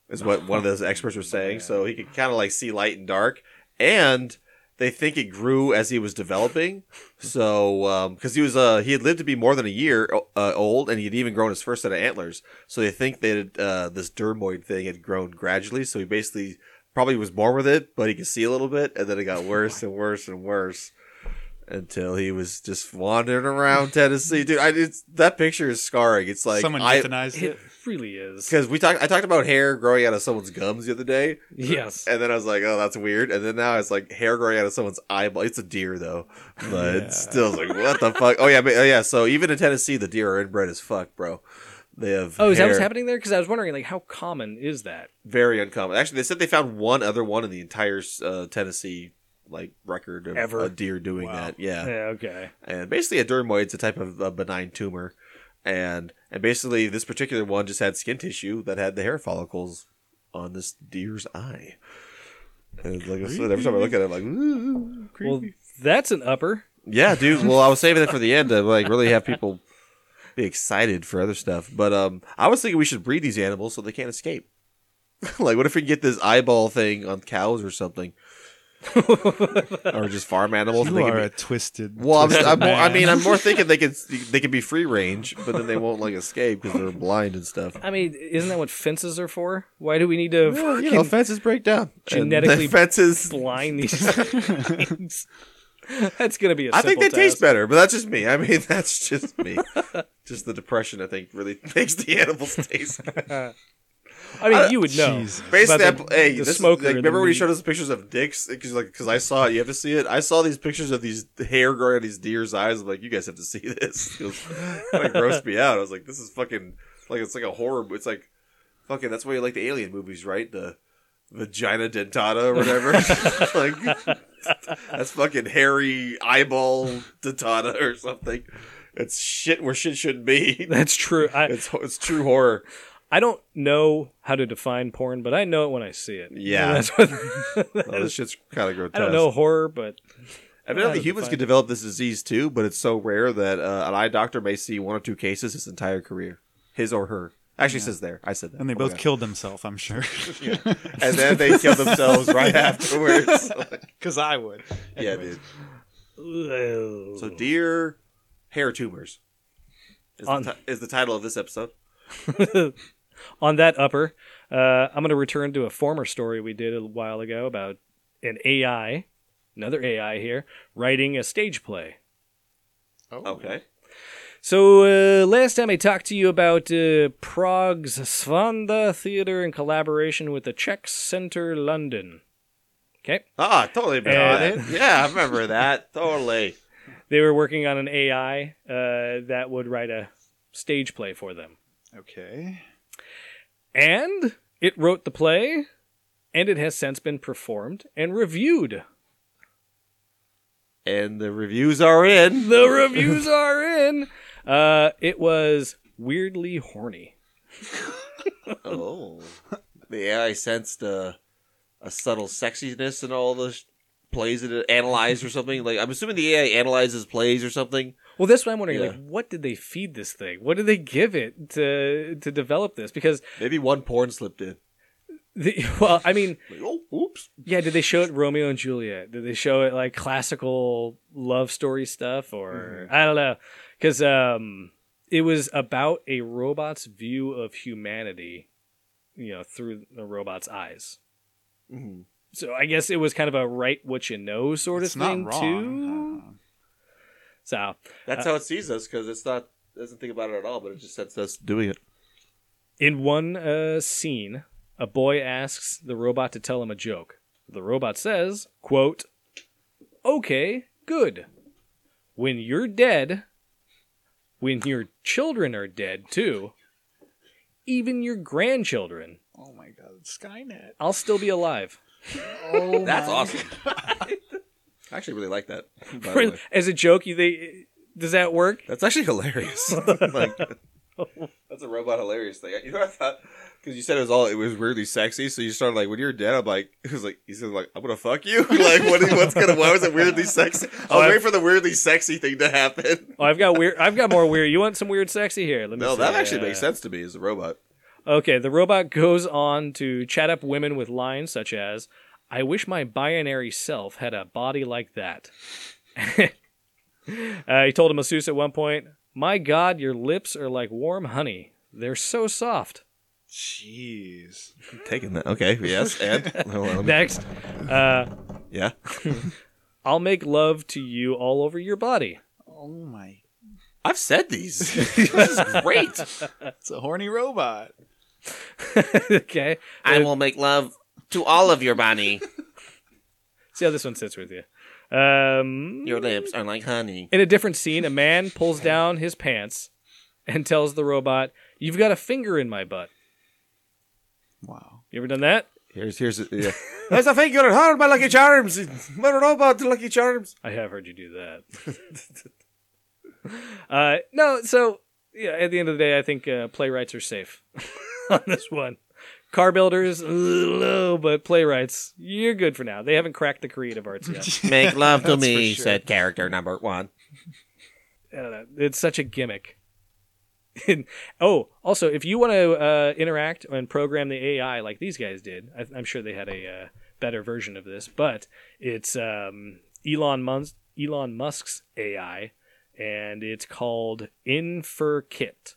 Speaker 4: is what one of those experts was saying. So he could kind of like see light and dark, and they think it grew as he was developing. So because he was uh, he had lived to be more than a year uh, old, and he had even grown his first set of antlers. So they think that uh, this dermoid thing had grown gradually. So he basically probably was born with it, but he could see a little bit, and then it got worse and worse and worse until he was just wandering around Tennessee, dude. I it's, that picture is scarring. It's like
Speaker 1: Someone
Speaker 4: I
Speaker 1: euthanized
Speaker 2: It
Speaker 1: it.
Speaker 2: really is.
Speaker 4: because we talked. I talked about hair growing out of someone's gums the other day,
Speaker 2: Yes.
Speaker 4: and then I was like, "Oh, that's weird." And then now it's like hair growing out of someone's eyeball. It's a deer though, but it's still like, "What the fuck?" Oh yeah, but, oh, yeah. So even in Tennessee, the deer are inbred as fuck, bro. They have
Speaker 2: Oh, is that what's
Speaker 4: hair.
Speaker 2: happening there? Because I was wondering, like, how common is that?
Speaker 4: Very uncommon. Actually, they said they found one other one in the entire uh, Tennessee like record of
Speaker 2: Ever.
Speaker 4: a deer doing
Speaker 1: Wow.
Speaker 4: that.
Speaker 2: Yeah, okay.
Speaker 4: and basically a dermoid's a type of a benign tumor and and basically this particular one just had skin tissue that had the hair follicles on this deer's eye and like I said, every time I look at it, I'm like, "Ooh, creepy."
Speaker 2: Well, that's an upper.
Speaker 4: yeah, dude. Well, I was saving it for the end to like really have people be excited for other stuff. But um, I was thinking we should breed these animals so they can't escape. like, what if we can get this eyeball thing on cows or something, or just farm animals? and
Speaker 1: You
Speaker 4: they can
Speaker 1: are
Speaker 4: be-
Speaker 1: a twisted.
Speaker 4: well, I'm,
Speaker 1: twisted
Speaker 4: I'm more, I
Speaker 1: man.
Speaker 4: mean, I'm more thinking they could they could be free range, but then they won't like escape because they're blind and stuff.
Speaker 2: I mean, isn't that what fences are for? Why do we need to
Speaker 4: Well, you know, fences break down. And the
Speaker 2: Genetically
Speaker 4: fences.
Speaker 2: blind these things? That's gonna be a
Speaker 4: I
Speaker 2: simple
Speaker 4: think they
Speaker 2: task.
Speaker 4: taste better, but that's just me. I mean, that's just me. just the depression, I think, really makes the animals taste. Good.
Speaker 2: I mean, you would know.
Speaker 1: Jesus.
Speaker 4: Basically,
Speaker 2: About
Speaker 4: I- hey,
Speaker 2: the
Speaker 4: this,
Speaker 2: smoker
Speaker 4: like,
Speaker 2: and
Speaker 4: remember
Speaker 2: the
Speaker 4: when you
Speaker 2: meat.
Speaker 4: showed us pictures of dicks? Because like, because I saw it, you have to see it. I saw these pictures of these the hair growing out of these deer's eyes. I'm like, you guys have to see this. It was- kind of grossed me out. I was like, this is fucking like it's like a horror. mo- It's like fucking that's why you like the alien movies, right? The vagina dentata or whatever. like that's fucking hairy eyeball dentata or something. It's shit where shit shouldn't be.
Speaker 2: That's true. I
Speaker 4: It's it's true horror.
Speaker 2: I don't know how to define porn, but I know it when I see it.
Speaker 4: Yeah.
Speaker 2: That's what-
Speaker 4: Oh, this shit's kind of grotesque.
Speaker 2: I don't know horror, but
Speaker 4: Evidently,
Speaker 2: How to
Speaker 4: humans
Speaker 2: define
Speaker 4: can develop this disease too, but it's so rare that uh, an eye doctor may see one or two cases his entire career, his or her. Actually, it says there. I said that.
Speaker 1: And they
Speaker 4: Oh
Speaker 1: both
Speaker 4: my God.
Speaker 1: killed themselves, I'm sure.
Speaker 4: and then they kill themselves right afterwards.
Speaker 1: Because I would.
Speaker 4: yeah,
Speaker 1: Anyways.
Speaker 4: dude. So, deer hair tumors is,
Speaker 2: On-
Speaker 4: the, ti- is the title of this episode.
Speaker 2: on that upper, uh, I'm going to return to a former story we did a while ago about an AI, another AI here, writing a stage play.
Speaker 4: Okay.
Speaker 2: So uh, last time I talked to you about uh, Prague's Svanda Theatre in collaboration with the Czech Centre London. Okay.
Speaker 4: Ah, totally got
Speaker 2: And-
Speaker 4: it. Yeah, I remember that. Totally.
Speaker 2: They were working on an AI uh, that would write a stage play for them.
Speaker 1: Okay.
Speaker 2: And it wrote the play, and it has since been performed and reviewed.
Speaker 4: And the reviews are in.
Speaker 2: The reviews are in. Uh, it was weirdly horny.
Speaker 4: Oh. The AI sensed uh, a subtle sexiness in all the sh- plays that it analyzed or something. Like I'm assuming the AI analyzes plays or something.
Speaker 2: Well, that's what I'm wondering.
Speaker 4: Yeah.
Speaker 2: Like, what did they feed this thing? What did they give it to to develop this? Because
Speaker 4: Maybe one porn slipped in.
Speaker 2: the well, I mean,
Speaker 4: Like, oh, oops.
Speaker 2: yeah. Did they show it Romeo and Juliet? Did they show it like classical love story stuff? Or
Speaker 1: Mm-hmm.
Speaker 2: I don't know. Because um, it was about a robot's view of humanity, you know, through the robot's eyes.
Speaker 4: Mhm.
Speaker 2: So I guess it was kind of a write what you know sort
Speaker 1: It's
Speaker 2: of
Speaker 1: not
Speaker 2: thing too.
Speaker 1: wrong. Uh-huh.
Speaker 2: So
Speaker 4: That's how it sees us because it's not doesn't think about it at all, but it just sets us doing it.
Speaker 2: In one uh, scene, a boy asks the robot to tell him a joke. The robot says, quote, Okay, good. When you're dead, when your children are dead too, even your grandchildren,
Speaker 1: Oh my god, Skynet.
Speaker 2: I'll still be alive.
Speaker 1: Oh
Speaker 4: That's
Speaker 1: my-
Speaker 4: awesome. I actually really like that. By the way.
Speaker 2: As a joke, you they does that work?
Speaker 4: That's actually hilarious. like, That's a robot hilarious thing. You know what I thought? Because you said it was all it was weirdly sexy, so you started like when you're dead. I'm like it was like he said like I'm gonna fuck you. like what? is- What's gonna? Why was it weirdly sexy?
Speaker 5: Oh,
Speaker 4: I was
Speaker 2: I-
Speaker 4: waiting for the weirdly sexy thing to happen.
Speaker 2: Oh, I've got weird. I've got more weird. You want some weird sexy here? Let me.
Speaker 4: No,
Speaker 2: see.
Speaker 4: that actually makes
Speaker 2: Uh,
Speaker 4: sense to me as a robot.
Speaker 2: Okay, the robot goes on to chat up women with lines such as, "I wish my binary self had a body like that." uh, he told a masseuse at one point, "My God, your lips are like warm honey. They're so soft."
Speaker 1: Jeez.
Speaker 4: Taking that. Okay. Yes. And Hold on, let me-
Speaker 2: Next, uh,
Speaker 4: yeah.
Speaker 2: I'll make love to you all over your body.
Speaker 1: Oh my.
Speaker 4: I've said these. this is great.
Speaker 1: It's a horny robot.
Speaker 2: okay,
Speaker 5: I will make love to all of your body.
Speaker 2: see how this one sits with you. Um,
Speaker 5: Your lips are like honey.
Speaker 2: In a different scene, a man pulls down his pants and tells the robot, "You've got a finger in my butt."
Speaker 1: Wow.
Speaker 2: You ever done that?
Speaker 4: Here's here's a, yeah. That's a finger hard my lucky charms. My robot to lucky charms.
Speaker 2: I have heard you do that. uh, no, so yeah, at the end of the day, I think uh, playwrights are safe on this one. Car builders, low, but playwrights, you're good for now. They haven't cracked the creative arts yet.
Speaker 5: Make love to
Speaker 1: That's
Speaker 5: me,
Speaker 1: for sure.
Speaker 5: said character number one.
Speaker 2: I don't know. It's such a gimmick. And- oh, also, if you want to uh, interact and program the AI like these guys did, I, I'm sure they had a uh, better version of this, but it's um, Elon Musk, Elon Musk's AI, and it's called InferKit.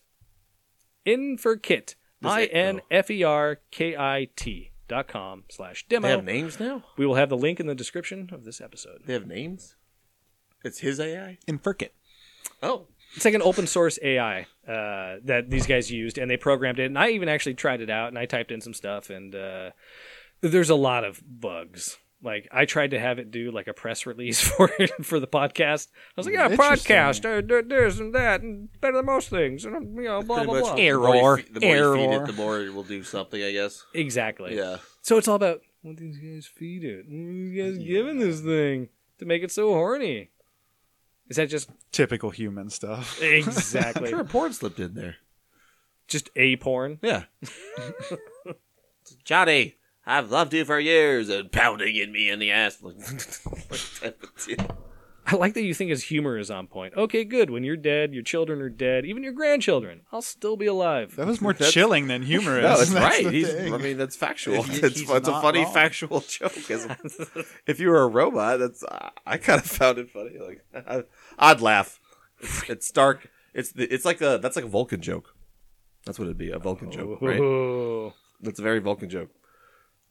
Speaker 2: InferKit. I n f e r k i t dot com slash
Speaker 4: They have
Speaker 2: demo.
Speaker 4: names now.
Speaker 2: We will have the link in the description of this episode.
Speaker 4: They have names. It's his AI.
Speaker 1: In Firkit.
Speaker 4: Oh.
Speaker 2: it's like an open source AI uh, that these guys used, and they programmed it. And I even actually tried it out, and I typed in some stuff, and uh, there's a lot of bugs. Like I tried to have it do like a press release for for the podcast. I was like, yeah,
Speaker 1: Interesting.
Speaker 2: podcast, uh, d- this and that, and better than most things, and um, you know, blah
Speaker 4: Pretty
Speaker 2: blah blah.
Speaker 4: much the more you fe- The more you feed
Speaker 5: Error.
Speaker 4: it, the more it will do something, I guess.
Speaker 2: Exactly.
Speaker 4: Yeah.
Speaker 2: So it's all about what these guys feed it, what these guys giving this thing to make it so horny. Is that just
Speaker 1: Typical human stuff.
Speaker 2: exactly
Speaker 4: Sure, porn slipped in there.
Speaker 2: just a porn?
Speaker 4: Yeah.
Speaker 5: Johnny, I've loved you for years and pounding in me in the ass.
Speaker 2: I like that you think his humor is on point. Okay, good. When you're dead, your children are dead, even your grandchildren. I'll still be alive.
Speaker 1: That was more chilling than humorous.
Speaker 4: No, that's,
Speaker 1: the
Speaker 4: right. He's,
Speaker 1: thing.
Speaker 4: I mean, that's factual.
Speaker 1: He-
Speaker 4: it's
Speaker 1: he's
Speaker 4: it's a
Speaker 1: not
Speaker 4: funny
Speaker 1: wrong.
Speaker 4: factual joke. As- if you were a robot, that's I- I kind of found it funny. Like I, I'd laugh. It's, it's dark. It's the, it's like a that's like a Vulcan joke. That's what it'd be a Vulcan joke, right?
Speaker 2: Ooh.
Speaker 4: That's a very Vulcan joke.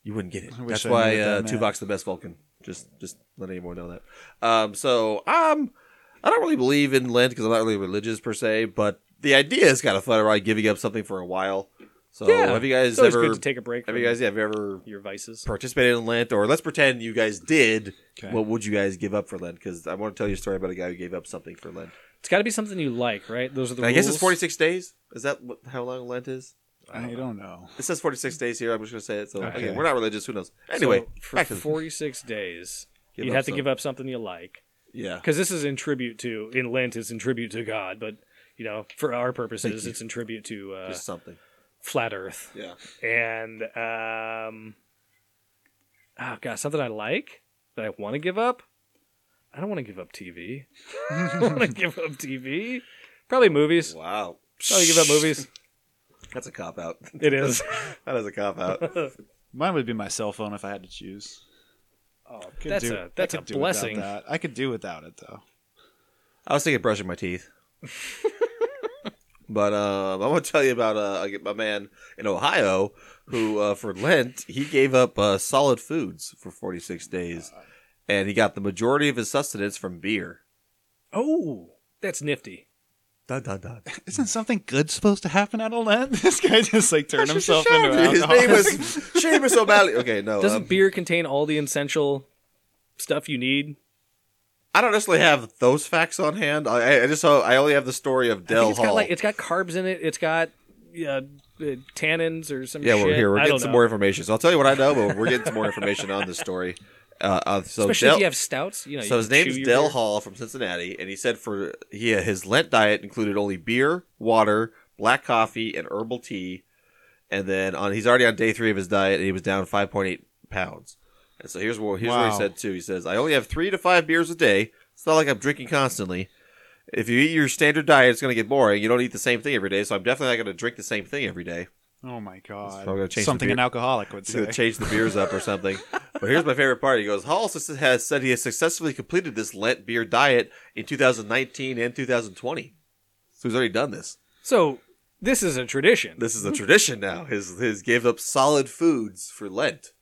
Speaker 4: You wouldn't get it.
Speaker 1: I wish
Speaker 4: That's
Speaker 1: I
Speaker 4: why
Speaker 1: knew what
Speaker 4: uh,
Speaker 1: that
Speaker 4: Tuvok's the best Vulcan. Just just let anyone know that. Um, so um, I don't really believe in Lent because I'm not really religious per se, but the idea is kind of fun around giving up something for a while. So
Speaker 2: Yeah.
Speaker 4: have you guys
Speaker 2: It's always
Speaker 4: ever?
Speaker 2: good to take a break.
Speaker 4: have
Speaker 2: from
Speaker 4: you guys have you ever
Speaker 2: your vices?
Speaker 4: participated in Lent, or let's pretend you guys did?
Speaker 1: Okay.
Speaker 4: What would you guys give up for Lent? Because I want to tell you a story about a guy who gave up something for Lent.
Speaker 2: It's got to be something you like, right? Those are the
Speaker 4: I
Speaker 2: rules.
Speaker 4: guess it's 46 days. Is that what, how long Lent is?
Speaker 1: I don't know.
Speaker 4: It says 46 days here. I'm just going to say it. So
Speaker 1: Okay.
Speaker 4: again, we're not religious. Who knows?
Speaker 2: So,
Speaker 4: Anyway,
Speaker 2: for
Speaker 4: back to the-
Speaker 2: 46 days,
Speaker 4: Give
Speaker 2: you
Speaker 4: up
Speaker 2: have to
Speaker 4: some-
Speaker 2: give up something you like.
Speaker 4: Yeah.
Speaker 2: Because this is in tribute to, in Lent, it's in tribute to God. But, you know, for our purposes, it's in tribute to uh,
Speaker 4: Just something.
Speaker 2: Flat Earth.
Speaker 4: Yeah.
Speaker 2: And, um, oh, God, something I like that I want to give up? I don't want to give up TV. I don't want to give up TV. Probably movies.
Speaker 4: Wow.
Speaker 2: Probably give up movies.
Speaker 4: That's a cop out.
Speaker 2: It is.
Speaker 4: That is a cop out.
Speaker 1: Mine would be my cell phone if I had to choose.
Speaker 2: Oh,
Speaker 1: Could
Speaker 2: that's
Speaker 1: do-
Speaker 2: a that's
Speaker 1: I
Speaker 2: a
Speaker 1: could do without
Speaker 2: blessing.
Speaker 1: that. I could do without it though.
Speaker 4: I was thinking brushing my teeth. but um, I'm going to tell you about uh, a- a man in Ohio who, uh, for Lent, he gave up uh, solid foods for 46 days. And he got the majority of his sustenance from beer.
Speaker 2: Oh, that's nifty.
Speaker 4: Dun, dun, dun.
Speaker 1: Isn't something good supposed to happen at a Lent? This guy just like turned himself into an
Speaker 4: His name was
Speaker 1: alcoholic.
Speaker 4: Seamus O'Malley. Okay, no.
Speaker 2: Doesn't
Speaker 4: um,
Speaker 2: beer contain all the essential stuff you need?
Speaker 4: I don't necessarily have those facts on hand. I, I- I just saw, I only have the story
Speaker 2: I
Speaker 4: of
Speaker 2: think
Speaker 4: Del
Speaker 2: it's
Speaker 4: Hall.
Speaker 2: got like it's got carbs in it. It's got uh, uh, tannins or some.
Speaker 4: Yeah,
Speaker 2: shit.
Speaker 4: we're here. We're
Speaker 2: I
Speaker 4: getting
Speaker 2: don't
Speaker 4: some
Speaker 2: know.
Speaker 4: more information. So I'll tell you what I know, but we're getting some more information on this story. Uh, uh, so
Speaker 2: Especially
Speaker 4: Del,
Speaker 2: if you have stouts. You know.
Speaker 4: so
Speaker 2: you
Speaker 4: his
Speaker 2: can
Speaker 4: name
Speaker 2: chew
Speaker 4: is
Speaker 2: your
Speaker 4: Del
Speaker 2: beer.
Speaker 4: Hall from Cincinnati, and he said for he his Lent diet included only beer, water, black coffee, and herbal tea. And then on he's already on day three of his diet, and he was down five point eight pounds. And so here's what here's what he
Speaker 1: Wow.
Speaker 4: said too. He says, "I only have three to five beers a day. It's not like I'm drinking constantly. If you eat your standard diet, it's going to get boring. You don't eat the same thing every day, so I'm definitely not going to drink the same thing every day.
Speaker 1: Oh my
Speaker 4: So
Speaker 1: god.
Speaker 4: I'm going to change the
Speaker 6: Something
Speaker 4: beer-
Speaker 6: an alcoholic would
Speaker 4: He's
Speaker 6: say.
Speaker 4: going to change the beers up or something. But here's my favorite part. He goes, Hall also has said he has successfully completed this Lent beer diet in 2019 and 2020. So he's already done this.
Speaker 2: So this is a tradition.
Speaker 4: This is a tradition now. His his gave up solid foods for Lent.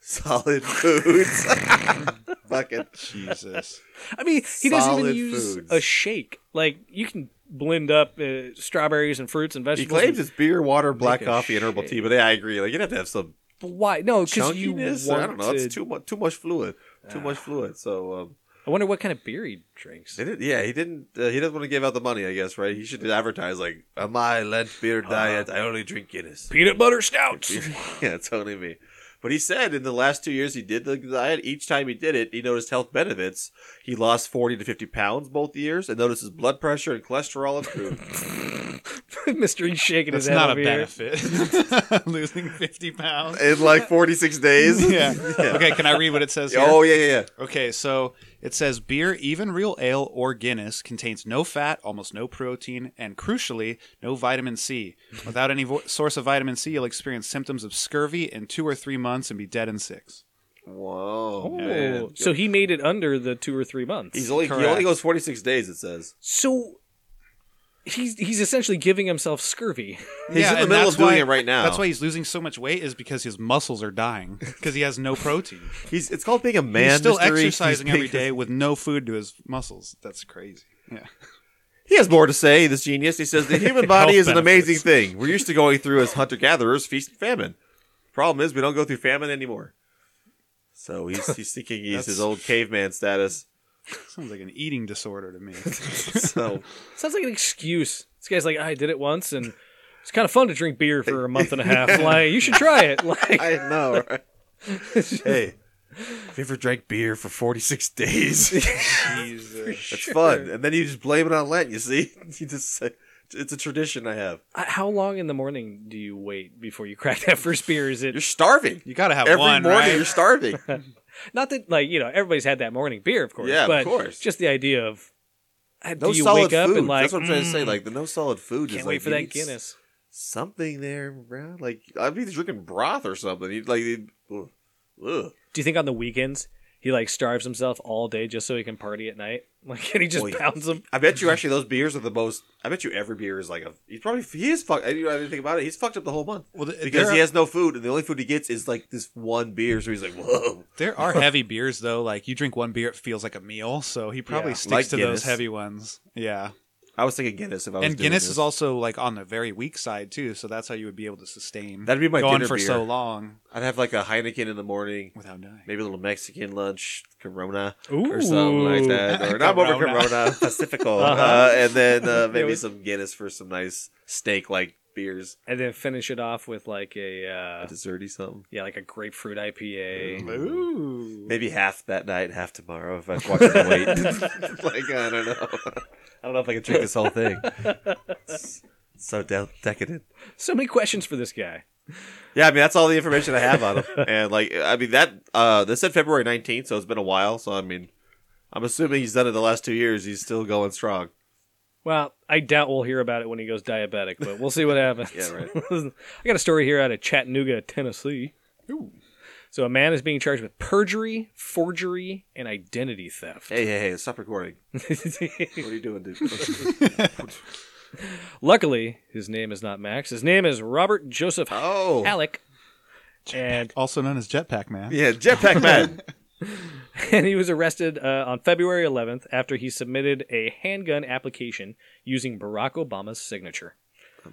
Speaker 4: Solid foods. Fucking
Speaker 1: Jesus.
Speaker 2: I mean, he doesn't even
Speaker 4: Solid
Speaker 2: use
Speaker 4: foods.
Speaker 2: a shake. Like you can blend up uh, strawberries and fruits and
Speaker 4: He
Speaker 2: vegetables.
Speaker 4: claims it's beer, water, black
Speaker 2: Make a
Speaker 4: coffee, and herbal
Speaker 2: shit.
Speaker 4: tea, but yeah, I agree. Like you'd have to have some
Speaker 2: But why? No, because you Ah.
Speaker 4: chunkiness. I
Speaker 2: want
Speaker 4: don't know. It's
Speaker 2: to-
Speaker 4: too much. Too much fluid. Too much fluid. So um,
Speaker 2: I wonder what kind of beer he drinks.
Speaker 4: They did, yeah, he didn't. Uh, he doesn't want to give out the money, I guess, right? He should advertise like, "Am I Lent beer
Speaker 1: Uh-huh.
Speaker 4: diet? I only drink Guinness."
Speaker 2: Peanut butter stouts.
Speaker 4: yeah, it's only me. But he said in the last two years he did the diet. Each time he did it, he noticed health benefits. He lost forty to fifty pounds both years, and noticed his blood pressure and cholesterol improved.
Speaker 2: Mr. He's shaking
Speaker 1: That's
Speaker 2: his head
Speaker 1: not a
Speaker 2: over here.
Speaker 1: benefit. Losing 50 pounds.
Speaker 4: in like forty six days.
Speaker 1: Yeah. Okay, can I read what it says here?
Speaker 4: Oh yeah, yeah, yeah.
Speaker 1: Okay, so it says beer, even real ale or Guinness, contains no fat, almost no protein, and crucially, no vitamin C. Without any vo- source of vitamin C, you'll experience symptoms of scurvy in two or three months and be dead in six.
Speaker 4: Whoa.
Speaker 2: Oh,
Speaker 4: man.
Speaker 2: so he made it under the two or three months.
Speaker 4: He's only he
Speaker 1: Correct.
Speaker 4: only goes forty six days. It says.
Speaker 2: so he's he's essentially giving himself scurvy.
Speaker 4: He's in the
Speaker 1: and
Speaker 4: middle
Speaker 1: that's
Speaker 4: of doing
Speaker 1: why-
Speaker 4: it right now.
Speaker 1: That's why he's losing so much weight is because his muscles are dying because he has no protein.
Speaker 4: He's it's called being a man.
Speaker 1: he's still
Speaker 4: Mr. Reed. He's
Speaker 1: exercising
Speaker 4: being-
Speaker 1: every day with no food to his muscles. That's crazy. Yeah.
Speaker 4: He has more to say, this genius. He says the human body
Speaker 6: Health
Speaker 4: is an
Speaker 6: benefits.
Speaker 4: amazing thing. We're used to going through as hunter gatherers, feast and famine. Problem is, we don't go through famine anymore. So he's, he's thinking he's his
Speaker 1: That's-
Speaker 4: old caveman status.
Speaker 1: Sounds like an eating disorder to me.
Speaker 4: So
Speaker 2: Sounds like an excuse. This guy's like, I did it once, and it's kind of fun to drink beer for a month and a half. Like you should try it. Like
Speaker 4: I know. right? hey, have you ever drank beer for forty six days?
Speaker 1: Jesus.
Speaker 4: It's fun, and then you just blame it on Lent. You see, you just say, it's a tradition I have.
Speaker 2: I- Uh, how long in the morning do you wait before you crack that first beer? Is
Speaker 4: You're
Speaker 2: it
Speaker 4: starving.
Speaker 1: You gotta have
Speaker 4: Every
Speaker 1: one,
Speaker 4: morning
Speaker 1: right?
Speaker 4: you're starving.
Speaker 2: not that like you know everybody's had that morning beer, of course.
Speaker 4: Yeah, of
Speaker 2: but
Speaker 4: course.
Speaker 2: Just the idea of uh,
Speaker 4: No
Speaker 2: do you
Speaker 4: solid
Speaker 2: wake up
Speaker 4: food.
Speaker 2: and like
Speaker 4: That's what I'm trying to say.
Speaker 2: "Mm,
Speaker 4: Like the no solid food.
Speaker 2: can't
Speaker 4: is
Speaker 2: wait
Speaker 4: like,
Speaker 2: for
Speaker 4: you
Speaker 2: that
Speaker 4: need
Speaker 2: Guinness.
Speaker 4: something there, bro. Like I'd be drinking broth or something. He'd like, he'd, ugh, ugh.
Speaker 2: Do you think on the weekends he like starves himself all day just so he can party at night? Like, and he just
Speaker 4: Well, yeah.
Speaker 2: pounds them.
Speaker 4: I bet you actually those beers are the most. I bet you every beer is like a. He's probably he is fucked. I didn't I didn't think about it. He's fucked up the whole month
Speaker 1: Well, th-
Speaker 4: because
Speaker 1: there
Speaker 4: he
Speaker 1: are-
Speaker 4: has no food, and the only food he gets is like this one beer. So he's like, whoa.
Speaker 1: There are heavy beers though. Like you drink one beer, it feels like a meal. So he probably
Speaker 2: Yeah.
Speaker 1: sticks
Speaker 4: Like
Speaker 1: to
Speaker 4: Guinness.
Speaker 1: those heavy ones. Yeah,
Speaker 4: I was thinking Guinness if I was.
Speaker 1: and
Speaker 4: doing
Speaker 1: Guinness
Speaker 4: this.
Speaker 1: is also like on the very weak side too. So that's how you would be able to sustain.
Speaker 4: That'd be my
Speaker 1: going
Speaker 4: dinner
Speaker 1: for
Speaker 4: beer.
Speaker 1: so long
Speaker 4: I'd have like a Heineken in the morning,
Speaker 1: without dying.
Speaker 4: maybe a little Mexican lunch, Corona
Speaker 2: Ooh.
Speaker 4: or something like that, or not over
Speaker 1: Corona.
Speaker 4: Corona Pacifico, uh
Speaker 2: Uh-huh.
Speaker 4: and then uh, maybe
Speaker 2: was-
Speaker 4: some Guinness for some nice steak like beers,
Speaker 2: and then finish it off with like a uh,
Speaker 4: desserty something.
Speaker 2: yeah, like a grapefruit IPA.
Speaker 1: Ooh.
Speaker 4: Maybe half that night, half tomorrow if I watch the weight. like I don't know. I don't know if I can drink this whole thing. It's so de- decadent.
Speaker 2: So many questions for this guy.
Speaker 4: Yeah, I mean that's all the information I have on him. And like I mean that uh this said February nineteenth, so it's been a while, so I mean I'm assuming he's done it the last two years, he's still going strong.
Speaker 2: Well, I doubt we'll hear about it when he goes diabetic, but we'll see what happens.
Speaker 4: Yeah, right.
Speaker 2: I got a story here out of Chattanooga, Tennessee. So a man is being charged with perjury, forgery, and identity theft.
Speaker 4: Hey, hey, hey, stop recording. What are you doing, dude?
Speaker 2: Luckily, his name is not Max. His name is Robert Joseph
Speaker 4: oh
Speaker 2: Halleck. And
Speaker 1: Also known as Jetpack Man.
Speaker 4: Yeah, jetpack man.
Speaker 2: and he was arrested uh, on February 11th after he submitted a handgun application using Barack Obama's signature.
Speaker 4: I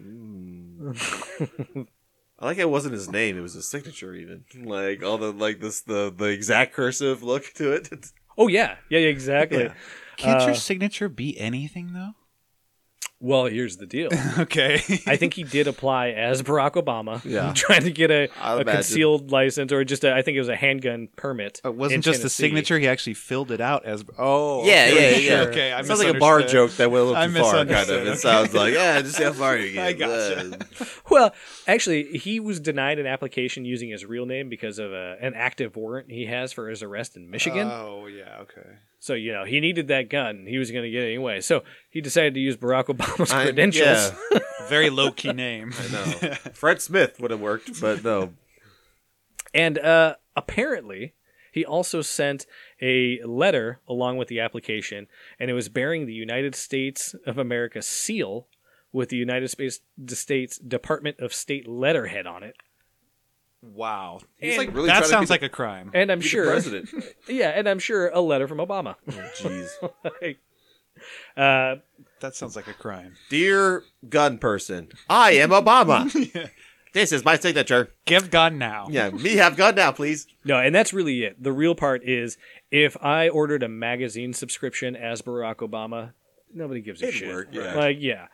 Speaker 4: like it wasn't his name, it was his signature even. Like all the like this the the exact cursive look to it.
Speaker 2: Oh yeah, yeah, yeah exactly.
Speaker 1: Can't
Speaker 2: Uh,
Speaker 1: your signature be anything though?
Speaker 2: Well, here's the deal.
Speaker 7: Okay.
Speaker 2: I think he did apply as Barack Obama,
Speaker 4: Yeah.
Speaker 2: trying to get a,
Speaker 4: I'll
Speaker 2: a
Speaker 4: imagine.
Speaker 2: concealed license or just a, I think it was a handgun permit.
Speaker 1: Uh,
Speaker 7: It
Speaker 2: in
Speaker 7: wasn't just the
Speaker 2: Tennessee.
Speaker 7: signature; he actually filled it out as. Oh,
Speaker 5: Yeah,
Speaker 7: okay.
Speaker 5: yeah, yeah.
Speaker 7: Okay, I
Speaker 4: sounds like a bar
Speaker 7: misunderstood.
Speaker 4: joke that went a
Speaker 7: I
Speaker 4: little too far, kind of.
Speaker 7: misunderstood, okay.
Speaker 4: It sounds like, yeah, just how far you get.
Speaker 7: I gotcha.
Speaker 4: Uh,
Speaker 2: Well, actually, he was denied an application using his real name because of a, an active warrant he has for his arrest in Michigan.
Speaker 1: Uh.
Speaker 7: Oh, yeah. Okay.
Speaker 2: so you know he needed that gun. He was going to get it anyway. So he decided to use Barack Obama's
Speaker 4: I-
Speaker 2: credentials.
Speaker 4: yeah,
Speaker 7: Very low key name. I know.
Speaker 4: no. Fred Smith would have worked, but no.
Speaker 2: And uh, apparently, he also sent a letter along with the application, and it was bearing the United States of America seal with the United States, the States Department of State letterhead on it.
Speaker 7: Wow.
Speaker 2: And-
Speaker 7: He's like,
Speaker 4: really trying
Speaker 7: that
Speaker 4: to
Speaker 7: sounds
Speaker 4: be
Speaker 7: like a crime.
Speaker 2: And I'm
Speaker 4: Be the
Speaker 2: sure,
Speaker 4: president. Oh,
Speaker 2: yeah, and I'm sure a letter from Obama.
Speaker 4: Jeez.
Speaker 2: Like, uh,
Speaker 7: That sounds like a crime.
Speaker 4: Dear gun person, I am Obama. This is my signature.
Speaker 7: Give gun now.
Speaker 4: Yeah, me have gun now, please.
Speaker 2: no, and that's really it. The real part is if I ordered a magazine subscription as Barack Obama, nobody gives a shit.
Speaker 4: yeah.
Speaker 2: Like, yeah.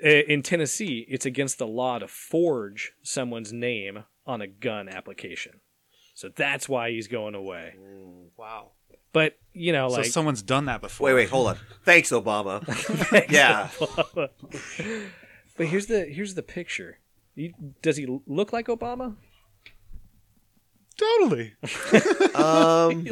Speaker 2: I- In Tennessee, it's against the law to forge someone's name on a gun application. So that's why he's going away. wow. But, you know,
Speaker 7: So
Speaker 2: like,
Speaker 7: someone's done that before.
Speaker 4: Wait, wait, hold on. Thanks, Obama. yeah.
Speaker 2: but here's the here's the picture. You, does he look like Obama?
Speaker 7: Totally.
Speaker 4: Um,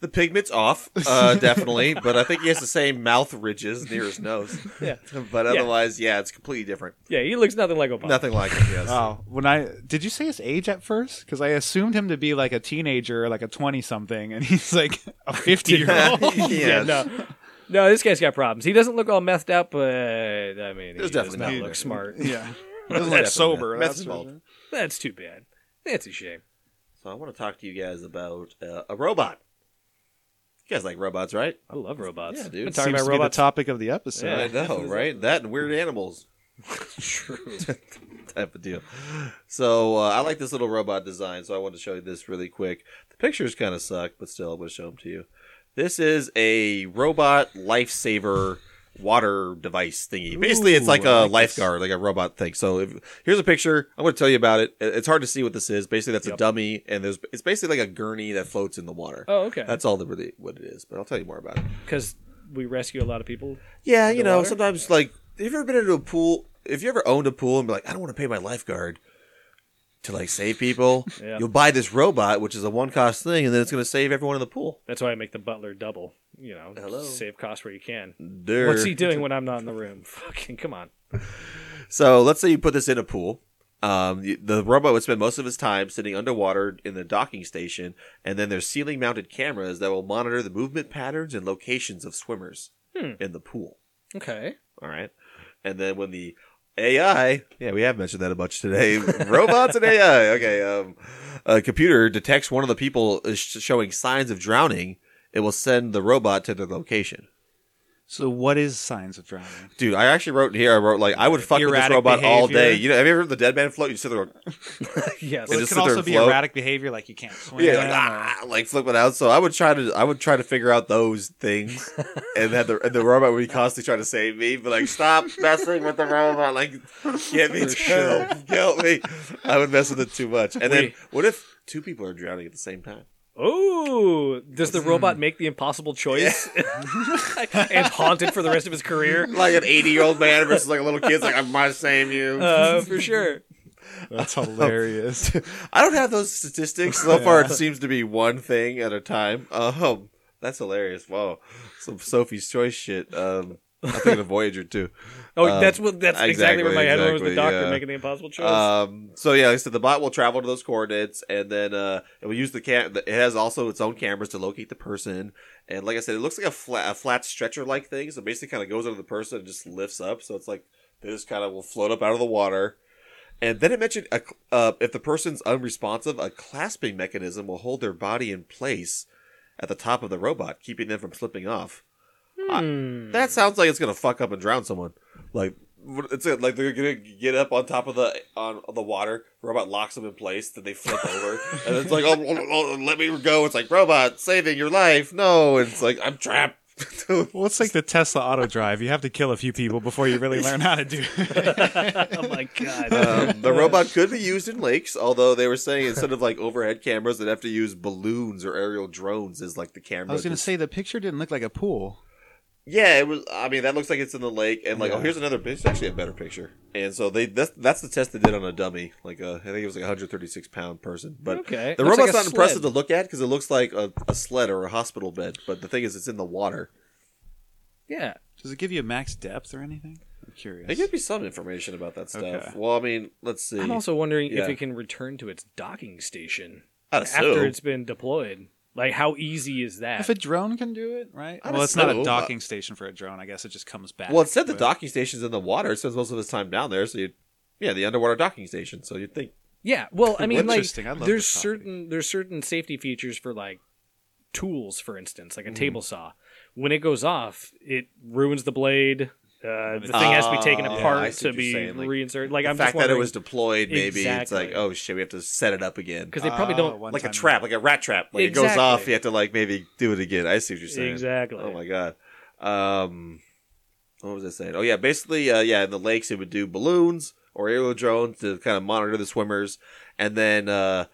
Speaker 4: the pigment's off, uh, definitely, but I think he has the same mouth ridges near his nose.
Speaker 2: Yeah.
Speaker 4: But otherwise, yeah, it's completely different.
Speaker 2: Yeah, he looks nothing like Obama.
Speaker 4: Nothing like it, yes.
Speaker 7: Wow. When I did you say his age at first? Because I assumed him to be like a teenager, like a twenty something, and he's like a fifty year old.
Speaker 2: Yeah,
Speaker 4: yeah,
Speaker 2: no. No, this guy's got problems. He doesn't look all methed up, but I mean, he does
Speaker 4: definitely
Speaker 2: not
Speaker 4: not
Speaker 2: look
Speaker 4: that.
Speaker 2: smart.
Speaker 7: yeah. He doesn't look sober.
Speaker 4: Meth
Speaker 7: That's
Speaker 4: is
Speaker 7: for
Speaker 4: bald.
Speaker 7: sure.
Speaker 2: That's too bad. That's a shame.
Speaker 4: So I want to talk to you guys about uh, a robot. You guys like robots, right?
Speaker 2: I love robots.
Speaker 4: Yeah, dude.
Speaker 2: Been talking
Speaker 7: Seems to be
Speaker 2: about
Speaker 7: the
Speaker 2: robots.
Speaker 7: topic of the episode.
Speaker 4: I know, right? That and weird animals
Speaker 2: True.
Speaker 4: type of deal. So uh, I like this little robot design, so I want to show you this really quick. The pictures kind of suck, but still, I'm going to show them to you. This is a robot lifesaver water device thingy. Basically, it's like a lifeguard, like a robot thing. So if, here's a picture. I'm going to tell you about it. It- It's hard to see what this is. Basically, that's a dummy, and there's it's basically like a gurney that floats in the water.
Speaker 2: Oh, okay.
Speaker 4: That's all that really what it is, but I'll tell you more about it.
Speaker 2: because we rescue a lot of people.
Speaker 4: Yeah, you know,
Speaker 2: water?
Speaker 4: sometimes like have you ever been into a pool? If you ever owned a pool and be like, I don't want to pay my lifeguard to like save people,
Speaker 2: Yeah.
Speaker 4: you'll buy this robot, which is a one cost thing, and then it's going to save everyone in the pool.
Speaker 2: That's why I make the butler double. You know,
Speaker 4: Hello.
Speaker 2: save costs where you can.
Speaker 4: Durr.
Speaker 2: What's he doing when I'm not in the room? Fucking come on.
Speaker 4: So let's say you put this in a pool. Um, y- the robot would spend most of his time sitting underwater in the docking station, and then there's ceiling mounted cameras that will monitor the movement patterns and locations of swimmers
Speaker 2: Hmm.
Speaker 4: in the pool.
Speaker 2: Okay.
Speaker 4: All right. And then when the AI, yeah, we have mentioned that a bunch today. Robots and AI. Okay. Um, a computer detects one of the people is sh- showing signs of drowning. It will send the robot to their location.
Speaker 7: So what is signs of drowning?
Speaker 4: Dude, I actually wrote in here. I wrote like I would fuck with this
Speaker 7: Erratic
Speaker 4: robot all
Speaker 7: behavior.
Speaker 4: day. You know, have you ever heard of the dead man float? You sit there,
Speaker 2: Yes.
Speaker 4: It
Speaker 7: Well, it
Speaker 4: just
Speaker 7: could
Speaker 4: sit there
Speaker 7: also
Speaker 4: and
Speaker 7: be
Speaker 4: float.
Speaker 7: erratic behavior, like you can't swim.
Speaker 4: yeah, like, ah, like flip it out. So I would try to, I would try to figure out those things, and that the and the robot would be constantly trying to save me, but like stop messing with the robot, like get me to help, help me. I would mess with it too much. And then
Speaker 2: Wait.
Speaker 4: what if two people are drowning at the same time?
Speaker 2: oh, does the
Speaker 4: Hmm.
Speaker 2: robot make the impossible choice? and haunted for the rest of his career?
Speaker 4: Like an eighty year old man versus like a little kid's like I must save you.
Speaker 2: Uh, for sure.
Speaker 7: That's hilarious.
Speaker 4: I don't have those statistics so far. It seems to be one thing at a time. Um, that's hilarious. Wow, some Sophie's Choice shit. Um, I'm thinking of Voyager too.
Speaker 2: Oh,
Speaker 4: Um,
Speaker 2: that's what. That's exactly, where my head went with the
Speaker 4: exactly,
Speaker 2: doctor
Speaker 4: yeah.
Speaker 2: making the impossible choice.
Speaker 4: Um, so yeah, like I said, the bot will travel to those coordinates, and then uh, it will use the cam. It has also its own cameras to locate the person. And like I said, it looks like a flat, a flat stretcher-like thing. So basically, kind of goes under the person and just lifts up. So it's like they just kind of will float up out of the water. And then it mentioned a, cl- uh, if the person's unresponsive, a clasping mechanism will hold their body in place at the top of the robot, keeping them from slipping off. I-
Speaker 2: Hmm.
Speaker 4: that sounds like it's gonna fuck up and drown someone. Like what- it's like they're gonna get up on top of the on the water. Robot locks them in place. Then they flip over, oh, and it's like, oh, oh, oh, let me go. It's like robot saving your life. No, and it's like I'm trapped.
Speaker 7: Well, it's like the Tesla auto drive. You have to kill a few people before you really learn how to do it.
Speaker 2: Oh my god.
Speaker 4: Um, the robot could be used in lakes, although they were saying instead of like overhead cameras, they'd have to use balloons or aerial drones as like the camera.
Speaker 7: I was going to
Speaker 4: to-
Speaker 7: say the picture didn't look like a pool.
Speaker 4: yeah, it was. I mean, that looks like it's in the lake, and like, oh, here's another. It's actually a better picture. And so they that's, that's the test they did on a dummy, like a, I think it was like a 136 pound person. But
Speaker 2: Okay.
Speaker 4: the
Speaker 2: Looks
Speaker 4: robot's
Speaker 2: like a
Speaker 4: not impressive to
Speaker 2: sled.
Speaker 4: look at because it looks like a, a sled or a hospital bed. But the thing is, it's in the water.
Speaker 2: yeah.
Speaker 7: Does it give you max depth or anything? I'm curious.
Speaker 4: There could be some information about that stuff.
Speaker 7: Okay.
Speaker 4: Well, I mean, let's see.
Speaker 2: I'm also wondering
Speaker 4: Yeah. Uh,
Speaker 2: if it can return to its docking station
Speaker 4: I'd assume.
Speaker 2: after it's been deployed. Like, how easy is that?
Speaker 7: If a drone can do it, right?
Speaker 4: I
Speaker 7: well,
Speaker 4: just
Speaker 7: it's not
Speaker 4: know,
Speaker 7: a
Speaker 4: uh,
Speaker 7: docking station for a drone. I guess it just comes back.
Speaker 4: Well, it said the
Speaker 7: but-
Speaker 4: docking station's in the water. It spends most of its time down there, so you, yeah, the underwater docking station. So you'd think,
Speaker 2: Yeah, well, I mean, like,
Speaker 7: Interesting. I love
Speaker 2: there's
Speaker 7: this topic.
Speaker 2: certain there's certain safety features for like tools, for instance,
Speaker 4: Mm-hmm.
Speaker 2: like a table saw. When it goes off, it ruins the blade. Uh, the thing has to be taken
Speaker 4: Ah, yeah, I
Speaker 2: apart
Speaker 4: see
Speaker 2: to
Speaker 4: what you're
Speaker 2: be
Speaker 4: saying, like,
Speaker 2: reinserted. Like,
Speaker 4: the
Speaker 2: I'm
Speaker 4: fact
Speaker 2: just
Speaker 4: that it was deployed, maybe it's
Speaker 2: Exactly.
Speaker 4: like, oh shit, we have to set it up again,
Speaker 2: because they probably
Speaker 7: Ah,
Speaker 2: don't.
Speaker 7: one
Speaker 4: like a
Speaker 7: time-
Speaker 4: trap, like a rat trap. Like it goes
Speaker 2: Exactly.
Speaker 4: off, you have to like maybe do it again. I see what you're saying.
Speaker 2: Exactly.
Speaker 4: Oh my god. Um, what was I saying? Oh yeah, basically, uh, yeah, in the lakes it would do balloons or aerial drones to kind of monitor the swimmers, and then uh,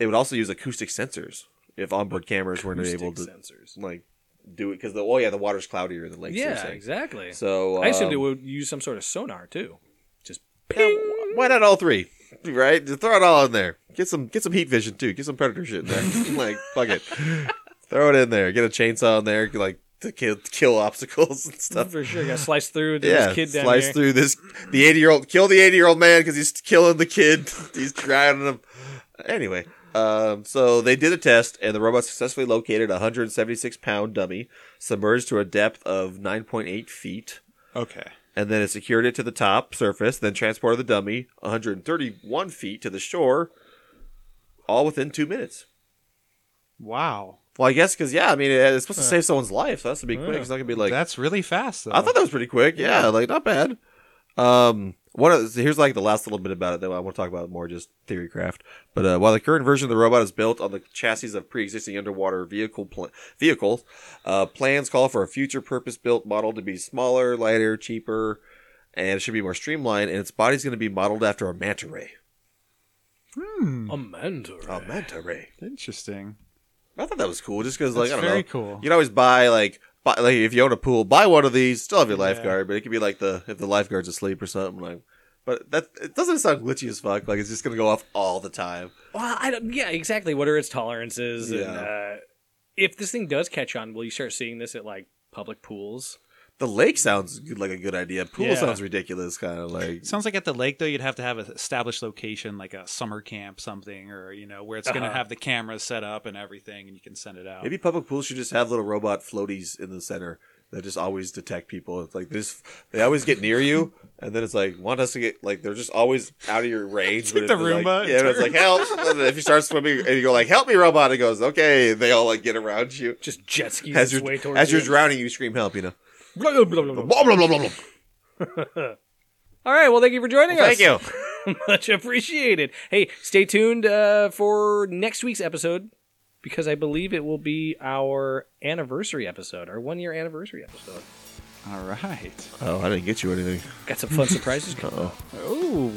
Speaker 4: it would also use acoustic sensors if onboard cameras weren't
Speaker 2: acoustic
Speaker 4: able to
Speaker 2: sensors.
Speaker 4: like do it because the oh yeah the water's cloudier in the lake.
Speaker 2: Yeah, exactly.
Speaker 4: So
Speaker 2: I assumed it
Speaker 4: um,
Speaker 2: would use some sort of sonar too. Just
Speaker 4: yeah, wh- why not all three? Right, Just throw it all in there. Get some get some heat vision too. Get some predator shit in there. like fuck it, throw it in there. Get a chainsaw in there. Like to kill kill obstacles and stuff.
Speaker 2: for sure, got sliced through. There's
Speaker 4: Yeah,
Speaker 2: this kid down
Speaker 4: slice
Speaker 2: here.
Speaker 4: through this the eighty year old kill the eighty year old man because he's killing the kid. he's drowning him. Anyway, um, so they did a test and the robot successfully located a hundred and seventy six pound dummy submerged to a depth of nine point eight feet.
Speaker 7: Okay.
Speaker 4: And then it secured it to the top surface, then transported the dummy 131 feet to the shore, all within two minutes.
Speaker 7: Wow.
Speaker 4: Well, I guess because yeah, I mean it- it's supposed to save someone's life, so that's to be quick. It's not gonna be like
Speaker 7: That's really fast, though.
Speaker 4: I thought that was pretty quick. Yeah, like not bad. Um, one of so here's like the last little bit about it that I want to talk about more, just theory craft. But uh, while the current version of the robot is built on the chassis of pre-existing underwater vehicle pl- vehicles, uh, plans call for a future purpose-built model to be smaller, lighter, cheaper, and it should be more streamlined. And its body's going to be modeled after a manta ray.
Speaker 2: A mentor.
Speaker 4: A manta ray.
Speaker 7: Hmm. Interesting.
Speaker 4: I thought that was cool, just because like
Speaker 7: That's
Speaker 4: I don't
Speaker 7: very
Speaker 4: know,
Speaker 7: cool.
Speaker 4: You'd always buy like, buy, like if you own a pool, buy one of these. Still have your lifeguard, but it could be like the if the lifeguard's asleep or something. Like, but that it doesn't sound glitchy as fuck. Like it's just gonna go off all the time.
Speaker 2: Well, I don't, yeah, exactly. What are its tolerances? And,
Speaker 4: Yeah.
Speaker 2: uh, if this thing does catch on, will you start seeing this at like public pools?
Speaker 4: The lake sounds good, like a good idea. Pool
Speaker 2: Yeah.
Speaker 4: sounds ridiculous, kind of like.
Speaker 7: It sounds like at the lake though, you'd have to have an established location, like a summer camp, something, or you know, where it's going to have the cameras set up and everything, and you can send it out.
Speaker 4: Uh-huh. Maybe public pools should just have little robot floaties in the center that just always detect people. It's like this, they always get near you, and then it's like want us to get like they're just always out of your range.
Speaker 7: like
Speaker 4: but
Speaker 7: the
Speaker 4: it's like-
Speaker 7: Roomba.
Speaker 4: yeah, but it's like help. And if you start swimming and you go like help me, robot, it goes okay. They all like get around you
Speaker 2: Just jet skis
Speaker 4: as
Speaker 2: its
Speaker 4: you're
Speaker 2: way towards
Speaker 4: as
Speaker 2: you.
Speaker 4: you're drowning. You scream help. You know.
Speaker 2: Blah, blah, blah, blah, blah.
Speaker 4: Blah, blah, blah, blah, blah.
Speaker 2: All right. Well, thank you for joining us.
Speaker 4: Thank you.
Speaker 2: Much appreciated. Hey, stay tuned uh, for next week's episode because I believe it will be our anniversary episode, our one year anniversary episode.
Speaker 7: All right.
Speaker 4: Oh, I didn't get you anything.
Speaker 2: Got some fun surprises.
Speaker 7: Oh.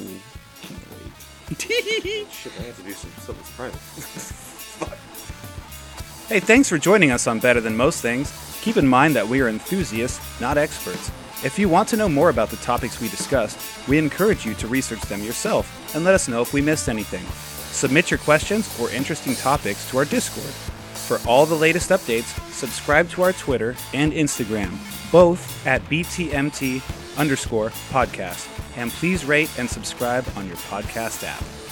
Speaker 4: Shit, I have to do some, something surprising.
Speaker 8: Hey, thanks for joining us on Better Than Most Things. Keep in mind that we are enthusiasts, not experts. If you want to know more about the topics we discussed, we encourage you to research them yourself and let us know if we missed anything. Submit your questions or interesting topics to our Discord. For all the latest updates, subscribe to our Twitter and Instagram, both at BTMT underscore podcast. And please rate and subscribe on your podcast app.